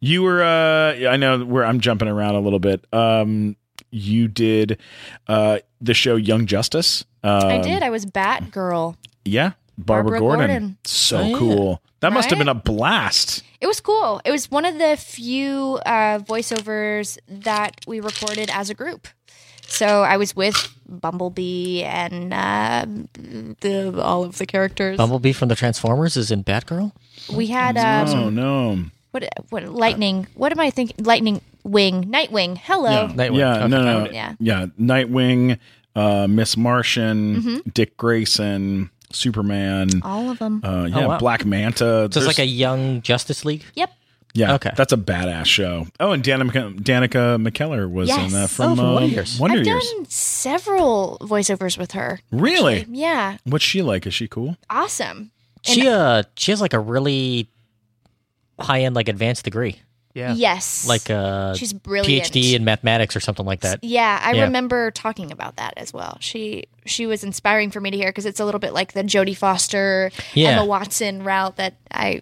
you were, uh, yeah, I know where I'm jumping around a little bit. Um, you did uh, the show Young Justice. Uh, I did. I was Batgirl. yeah, Barbara, Barbara Gordon. Gordon. So cool. That must have Right? been a blast. It was cool. It was one of the few uh, voiceovers that we recorded as a group. So I was with Bumblebee and uh, the, all of the characters. Bumblebee from the Transformers is in Batgirl. we had um, Oh no! what? What? Lightning? What am I thinking? Lightning Wing? Nightwing? Hello. Nightwing. Yeah, Okay. no, no, Yeah. yeah. Nightwing, uh, Miss Martian, Mm-hmm. Dick Grayson, Superman. All of them. Uh, yeah, Oh, wow. Black Manta. So it's There's- like a young Justice League. yep. Yeah. Okay. That's a badass show. Oh, and Danica, Danica McKellar was in Yes. that from, Oh, from uh, Wonder Years. Wonder I've Years. done several voiceovers with her. Really? Yeah. What's she like? Is she cool? Awesome. She uh she has like a really high end like advanced degree, Yeah. Yes. like uh, uh, a she's brilliant. PhD in mathematics or something like that. Yeah, I Yeah. remember talking about that as well. She she was inspiring for me to hear because it's a little bit like the Jodie Foster, Yeah. Emma Watson route that I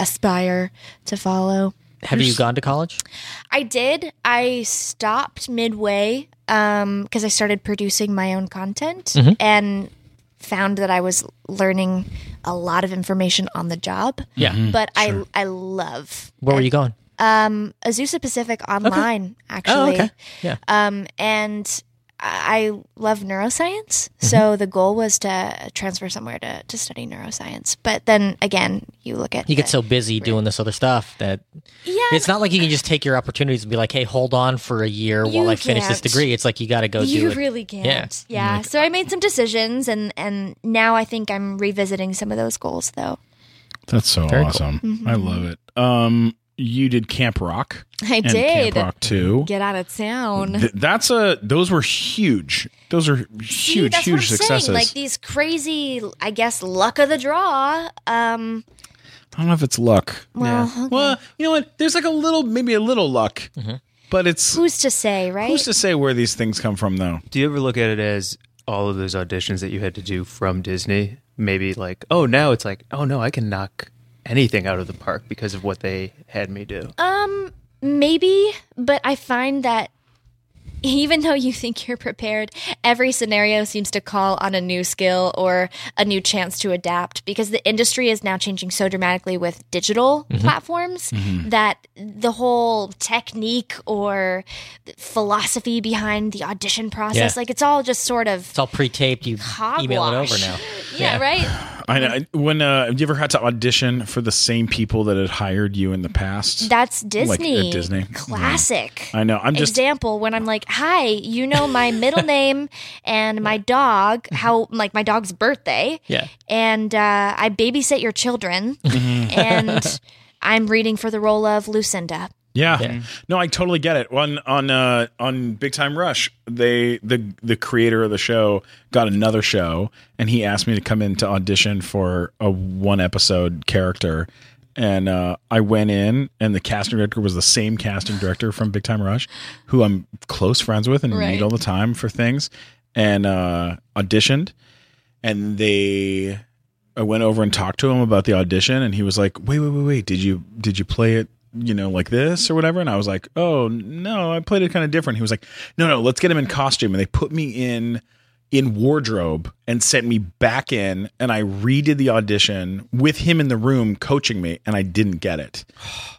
aspire to follow. Have you gone to college? Mm-hmm. I did. I stopped midway because I started producing my own content Mm-hmm. and found that I was learning a lot of information on the job. Yeah. But I I love Where were you going? Azusa Pacific online actually. Oh, okay. Yeah. Um, and I I love neuroscience. Mm-hmm. So the goal was to transfer somewhere to, to study neuroscience. But then again, you look at You get the- so busy doing this other stuff that yeah, it's not like you can just take your opportunities and be like, "Hey, hold on for a year while You I finish this can't. degree." It's like you got to go do you it. really can't. Yeah. Yeah. So I made some decisions, and and now I think I'm revisiting some of those goals though. That's so Very cool. awesome. Mm-hmm. I love it. Um, you did Camp Rock. I and did. Camp Rock 2. Get out of town. Th- that's a those were huge. Those are huge, See, that's what I'm huge saying, successes. Like these crazy, I guess, luck of the draw. Um, I don't know if it's luck. well, okay. Well, you know what? There's like a little, maybe a little luck, but it's who's to say, right? who's to say where these things come from, though. Do you ever look at it as all of those auditions that you had to do from Disney? Maybe like, oh, now it's like, oh no, I can knock anything out of the park because of what they had me do. Um, maybe, but I find that even though you think you're prepared, every scenario seems to call on a new skill or a new chance to adapt because the industry is now changing so dramatically with digital Mm-hmm. platforms that the whole technique or philosophy behind the audition process, Yeah. like it's all just sort of It's all pre-taped. You email it over Hogwash. now. yeah, right. I know. When uh, have you ever had to audition for the same people that had hired you in the past? That's Disney. Disney. Mm-hmm. classic. I know. I'm just. example when I'm like, "Hi, you know my middle name and my dog, Mm-hmm. how like my dog's birthday, Yeah. and uh, I babysit your children, Mm-hmm. and I'm reading for the role of Lucinda." Yeah. No, I totally get it. On on uh, on Big Time Rush, they the the creator of the show got another show, and he asked me to come in to audition for a one episode character. And uh, I went in, and the casting director was the same casting director from Big Time Rush, who I'm close friends with and meet Right. all the time for things, and uh, auditioned. And they I went over and talked to him about the audition, and he was like, "Wait, wait, wait, wait! Did you did you play it, you know, like this or whatever?" And I was like, "Oh no, I played it kind of different." He was like, "No, no, let's get him in costume." And they put me in in wardrobe and sent me back in, and I redid the audition with him in the room coaching me, and I didn't get it.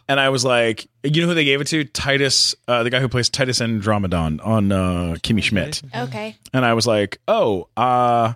And I was like, "You know who they gave it to? Titus, uh, the guy who plays Titus Andromedon on uh, Kimmy Schmidt." Okay, and I was like, "Oh, uh,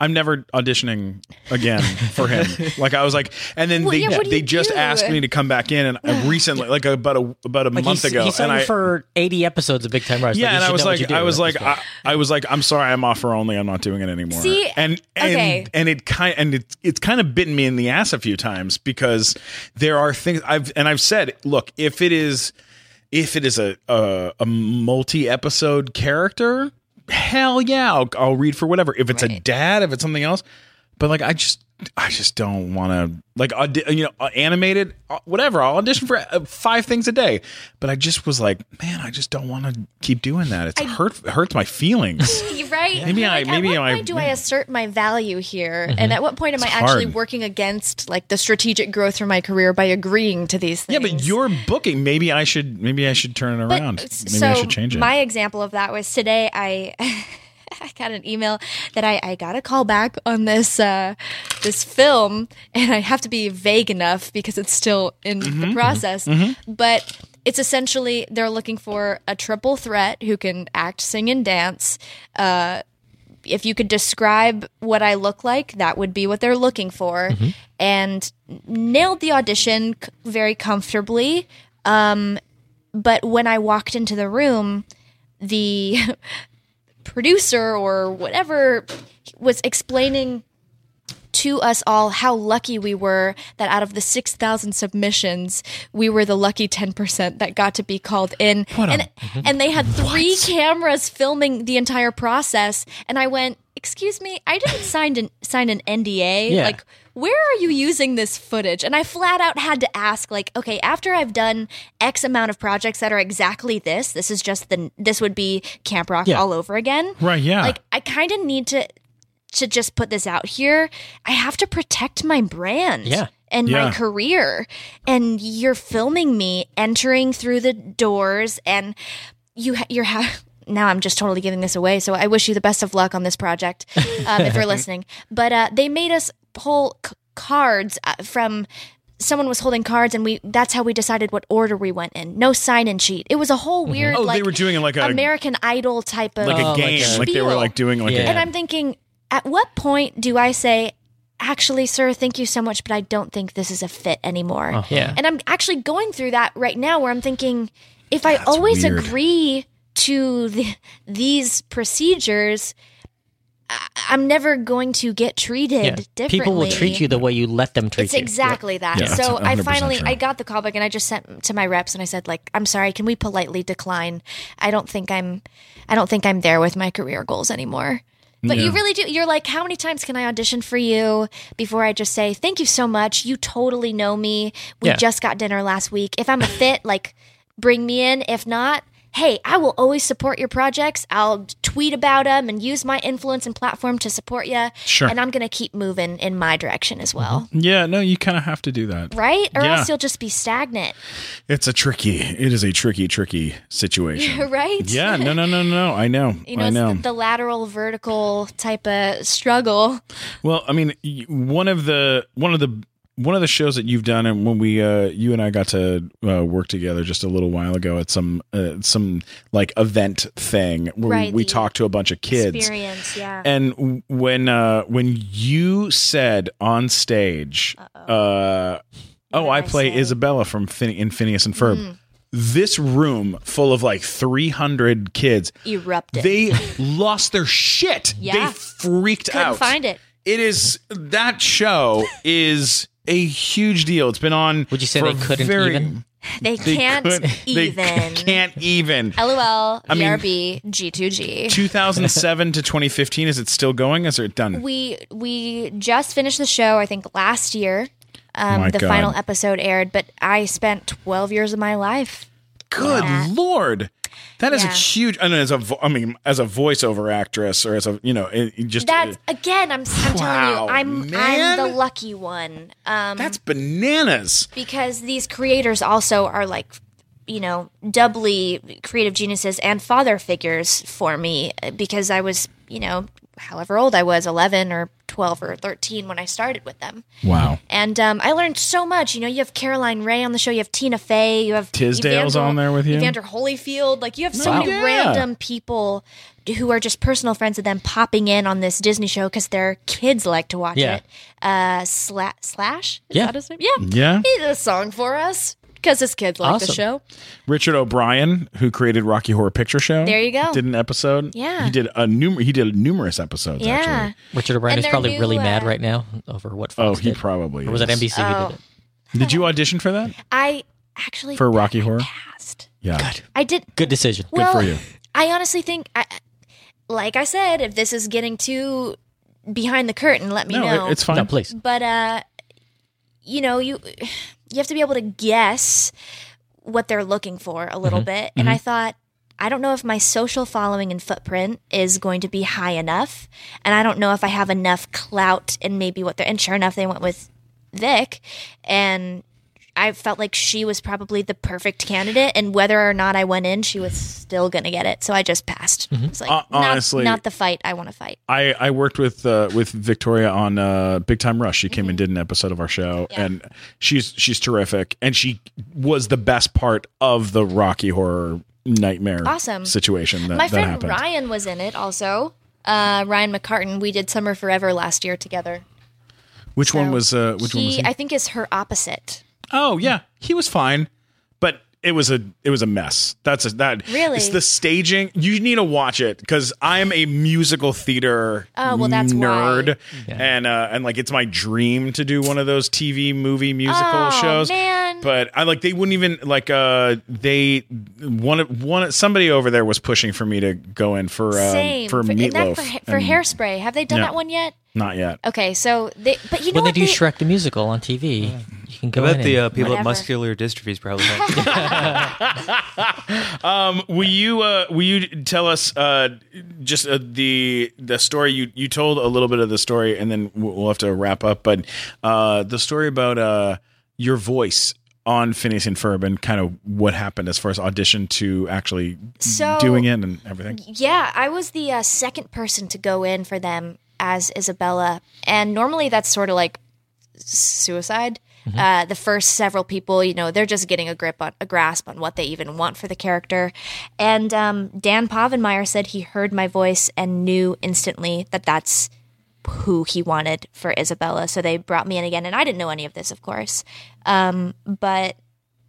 I'm never auditioning again for him." like I was like, and then Well, they yeah, what do they you just do? asked me to come back in, and I recently, like about a about a Like month he's, ago, he's and you I. for 80 episodes of Big Time Rush. yeah, you and I should was know what like, you do I was at like, this I, point. I was like, I'm sorry, I'm offer only. I'm not doing it anymore. See, and and okay. and it kind and it's it's kind of bitten me in the ass a few times because there are things I've and I've said, look, if it is if it is a a, a multi episode character, hell yeah, I'll, I'll read for whatever. If it's a Right. dad, if it's something else, but like I just I just don't want to like audi- you know uh, animated uh, whatever. I'll audition for uh, five things a day, but I just was like, man, I just don't want to keep doing that. It's hurt it hurts my feelings. right? Maybe You're I- Like, maybe at what I- Mm-hmm. point do I assert my value here, and at what point am I actually hard. working against like the strategic growth for my career by agreeing to these yeah, things? but you're booking. Maybe I should maybe I should turn it But, around. s- Maybe I should change it. My example of that was today. I I got an email that I, I got a call back on this uh, this film, and I have to be vague enough because it's still in Mm-hmm, the process. But it's essentially they're looking for a triple threat who can act, sing, and dance. Uh, if you could describe what I look like, that would be what they're looking for. Mm-hmm. And nailed the audition c- very comfortably. Um, but when I walked into the room, the producer or whatever was explaining to us all how lucky we were that out of the 6,000 submissions, we were the lucky 10% that got to be called in. and, and they had three cameras filming the entire process. And I went, Excuse me, I didn't sign an, sign an NDA. Yeah. Like, where are you using this footage? And I flat out had to ask, like, okay, after I've done X amount of projects that are exactly this, this is just the, this would be Camp Rock all over again. right? Yeah. Like, I kind of need to to just put this out here, I have to protect my brand Yeah. and Yeah. my career. And you're filming me entering through the doors, and you ha- you're ha- now I'm just totally giving this away. So I wish you the best of luck on this project um, if you're listening. But uh, they made us pull c- cards uh, from. Someone was holding cards, and we—that's how we decided what order we went in. No sign-in sheet. It was a whole weird, oh, like they were doing it like a American Idol type of like Oh, a like game, a- like, they were spiel. like doing like a Yeah. And I'm thinking, at what point do I say, actually, sir, thank you so much, but I don't think this is a fit anymore? Yeah. And I'm actually going through that right now where I'm thinking, if I always weird. agree to the, these procedures, I, I'm never going to get treated differently. People will treat you the way you let them treat It's you. exactly that. Yeah, that's so I 100% finally true. I got the call back and I just sent to my reps and I said like I'm sorry, can we politely decline? I don't think I'm I don't think I'm there with my career goals anymore. But you really do. You're like, how many times can I audition for you before I just say thank you so much? You totally know me. We Yeah. just got dinner last week. If I'm a fit, like bring me in. If not. Hey, I will always support your projects. I'll tweet about them and use my influence and platform to support you. Sure. And I'm going to keep moving in my direction as well yeah. No, you kind of have to do that. right? Or Yeah. else you'll just be stagnant, It's a tricky. It is a tricky, tricky situation. right? yeah. No. No. No. No. I know. You know, I know. It's the, the lateral vertical type of struggle. Well, I mean, y- one of the one of the one of the shows that you've done, and when we uh, you and I got to uh, work together just a little while ago at some uh, some like event thing where Right, we, we the talked to a bunch of kids. Experience, yeah. And w- when uh, when you said on stage, uh, "Oh, did I I play say? Mm. Isabella from fin- in Phineas and Ferb," this room full of like three hundred kids, Erupted. they lost their shit. Yeah. They freaked Couldn't out. find it. It is that show is a huge deal. It's been on. Would you say for they a couldn't very- even? They, They can't couldn't- even. They can't even. LOL, mean- BRB, G2G. 2007 to 2015. Is it still going? Is it done? we we just finished the show i think last year um, My the God. final episode aired but i spent 12 years of my life Good Yeah. lord, that is a Yeah. huge. And as a, vo- I mean, as a voiceover actress, or as a, you know, it, it just that's again i'm, Wow, I'm telling you i'm man. i'm the lucky one um that's bananas. because these creators also are like you know doubly creative geniuses and father figures for me uh, because i was you know however old i was 11 or 12 or 13 when i started with them Wow. and um, i learned so much you know you have caroline ray on the show you have tina fey you have Tisdale's on there with you? evander holyfield like you have so Wow. many Yeah. random people who are just personal friends of them popping in on this disney show because their kids like to watch Yeah. it uh, sla- slash is Yeah. that his name yeah Yeah, he did a song for us because his kids like the Awesome. show. Richard O'Brien, who created Rocky Horror Picture Show, There you go. did an episode. Yeah. he did a numer- he did numerous episodes. Yeah. actually. Richard O'Brien And is their probably new, really mad uh, right now over what Oh, Fox he did. probably or was it is. NBC who Oh. did it? Did you audition for that I actually for Rocky Horror? passed. Yeah, I did. Good decision. Well, for you. I honestly think I, like I said, if this is getting too behind the curtain, let me no, know. it- it's fine. No, please. but uh you know you you have to be able to guess what they're looking for a Mm-hmm. little bit and i thought i don't know if my social following and footprint is going to be high enough and i don't know if i have enough clout and maybe what they're and sure enough they went with vic and i felt like she was probably the perfect candidate and whether or not i went in she was still gonna get it so i just passed it's like Mm-hmm. Hon- not- honestly- not the fight i want to fight I, I worked with uh, with Victoria on uh, Big Time Rush. She came Mm-hmm. and did an episode of our show, and she's she's terrific. And she was the best part of the Rocky Horror Nightmare Awesome. situation that, My that friend happened. Ryan was in it also. Uh, Ryan McCartan. We did Summer Forever last year together. which one So was uh, which he, one was he? I think is her opposite. oh yeah, he was fine, but it was a it was a mess. That's a, that Really? it's the staging. You need to watch it because I'm a musical theater Oh, well, that's why. nerd, and uh, and like it's my dream to do one of those TV movie musical Oh, shows. man. But I like they wouldn't even like uh they one of- one somebody over there was pushing for me to go in for um, Same for and that meatloaf for, ha- for and- hairspray. Have they done Yeah. that one yet? Not yet. Okay, so they but you know when they what do Shrek the musical on TV, you can go I in. bet the and- uh, people Whatever. at Muscular Dystrophy is probably like, Will you uh, will you tell us uh, just uh, the the story you you told a little bit of the story and then we'll we'll have to wrap up. But uh, the story about uh, your voice on Phineas and Ferb and kind of what happened as far as audition to actually So- doing it and everything. Yeah, I was the uh, second person to go in for them as Isabella, and normally that's sort of like suicide. Uh, the first several people, you know, they're just getting a grip on a grasp on what they even want for the character. And um, Dan Povenmire said he heard my voice and knew instantly that that's who he wanted for Isabella. So they brought me in again, and I didn't know any of this, of course, um, but.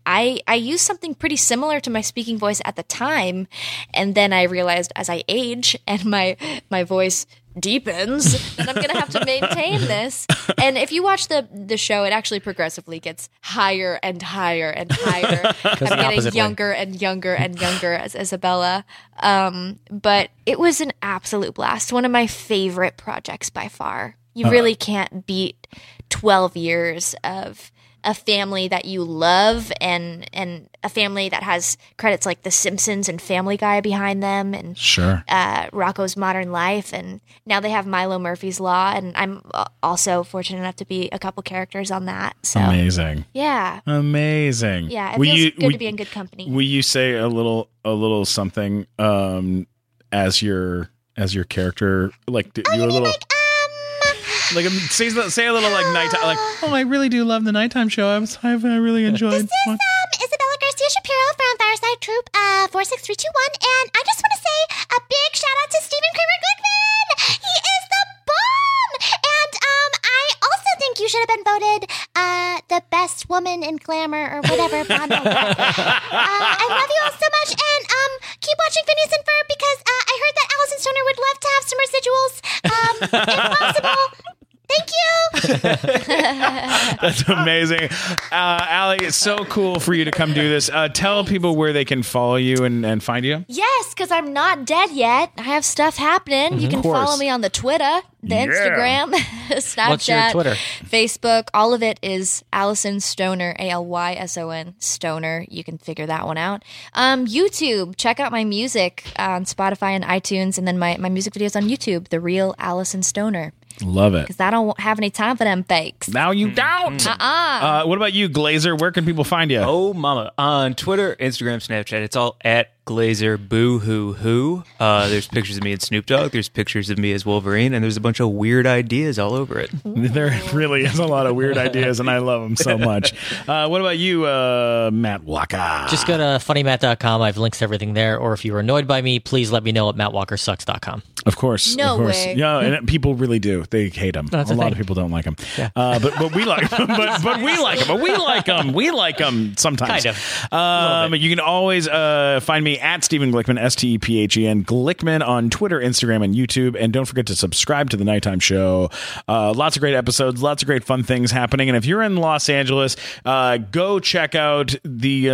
I, I used something pretty similar to my speaking voice at the time, and then I realized as I age and my my voice deepens that I'm gonna have to maintain this. And if you watch the the show, it actually progressively gets higher and higher and higher. I'm getting opposite way. younger and younger and younger as Isabella. Um, but it was an absolute blast. One of my favorite projects by far. You Uh-huh. really can't beat twelve years of a family that you love and and a family that has credits like The Simpsons and Family Guy behind them and Sure. uh, Rocco's Modern Life and now they have Milo Murphy's Law and I'm uh, also fortunate enough to be a couple characters on that. So Amazing. yeah, Amazing. Oh. yeah, it Will feels you- good will- to be in good company. Will you say a little a little something um as your as your character like do you a little like um, say say a little like nighttime like oh I really do love the nighttime show I was I, I really enjoyed watching- um, Isabella Garcia Shapiro from Fireside Troop uh, 46321, and I just want to say a big shout out to Stephen Kramer Goodman. He is the bomb. And um, I also think you should have been voted uh, the best woman in glamour or whatever. Bond award. uh, I love you all so much, and um, keep watching Phineas and Ferb because uh, I heard that Allison Stoner would love to have some residuals, um, if possible. Thank you. That's amazing, uh, Allie. It's so cool for you to come do this. Uh, tell people where they can follow you and, and find you. Yes, because I'm not dead yet. I have stuff happening. Mm-hmm. You can follow me on the Twitter, the Instagram, Snapchat, What's your Twitter? Facebook. All of it is Allison Stoner, A L Y S O N Stoner. You can figure that one out. Um, YouTube. Check out my music on Spotify and iTunes, and then my my music videos on YouTube. The real Allison Stoner, Love it. because I don't have any time for them fakes. Now you don't. Uh-uh. Uh, what about you, Glazer? Where can people find you? Oh, mama. On Twitter, Instagram, Snapchat, it's all at Glazer Boo Hoo Hoo. Uh, there's pictures of me and Snoop Dogg. There's pictures of me as Wolverine. And there's a bunch of weird ideas all over it. There really is a lot of weird ideas, and I love them so much. Uh, what about you, uh, Matt Waka? Just go to funnymat.com. I've links to everything there. Or if you were annoyed by me, please let me know at mattwalkersucks.com. of course, No of course. way. Yeah, and people really do. They hate him. a a lot thing. of people don't like him. Uh, but but we like him. But, but we like him. But we like him. We like him sometimes. Kind of. Um, you can always uh, find me at Stephen Glickman, S T E P H E N Glickman on Twitter, Instagram, and YouTube. And don't forget to subscribe to the Nighttime Show. Uh, lots of great episodes, lots of great fun things happening. And if you're in Los Angeles, uh, go check out the uh,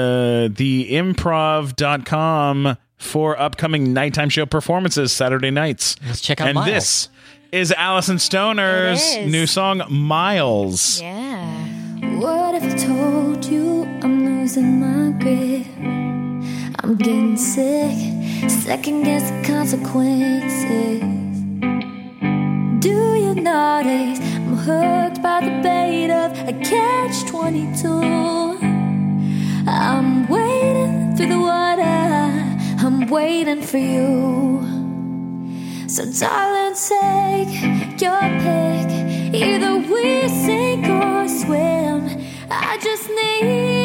the improv.com for upcoming nighttime show performances Saturday nights. Let's check out And Miles. this is Allison Stoner's It is. new song Miles. Yeah. What if I told you I'm losing my grip? I'm getting sick, second guess the consequences. Do you notice I'm hooked by the bait of a catch 22? I'm waiting through the water, I'm waiting for you. So darling, take your pick. Either we sink or swim. I just need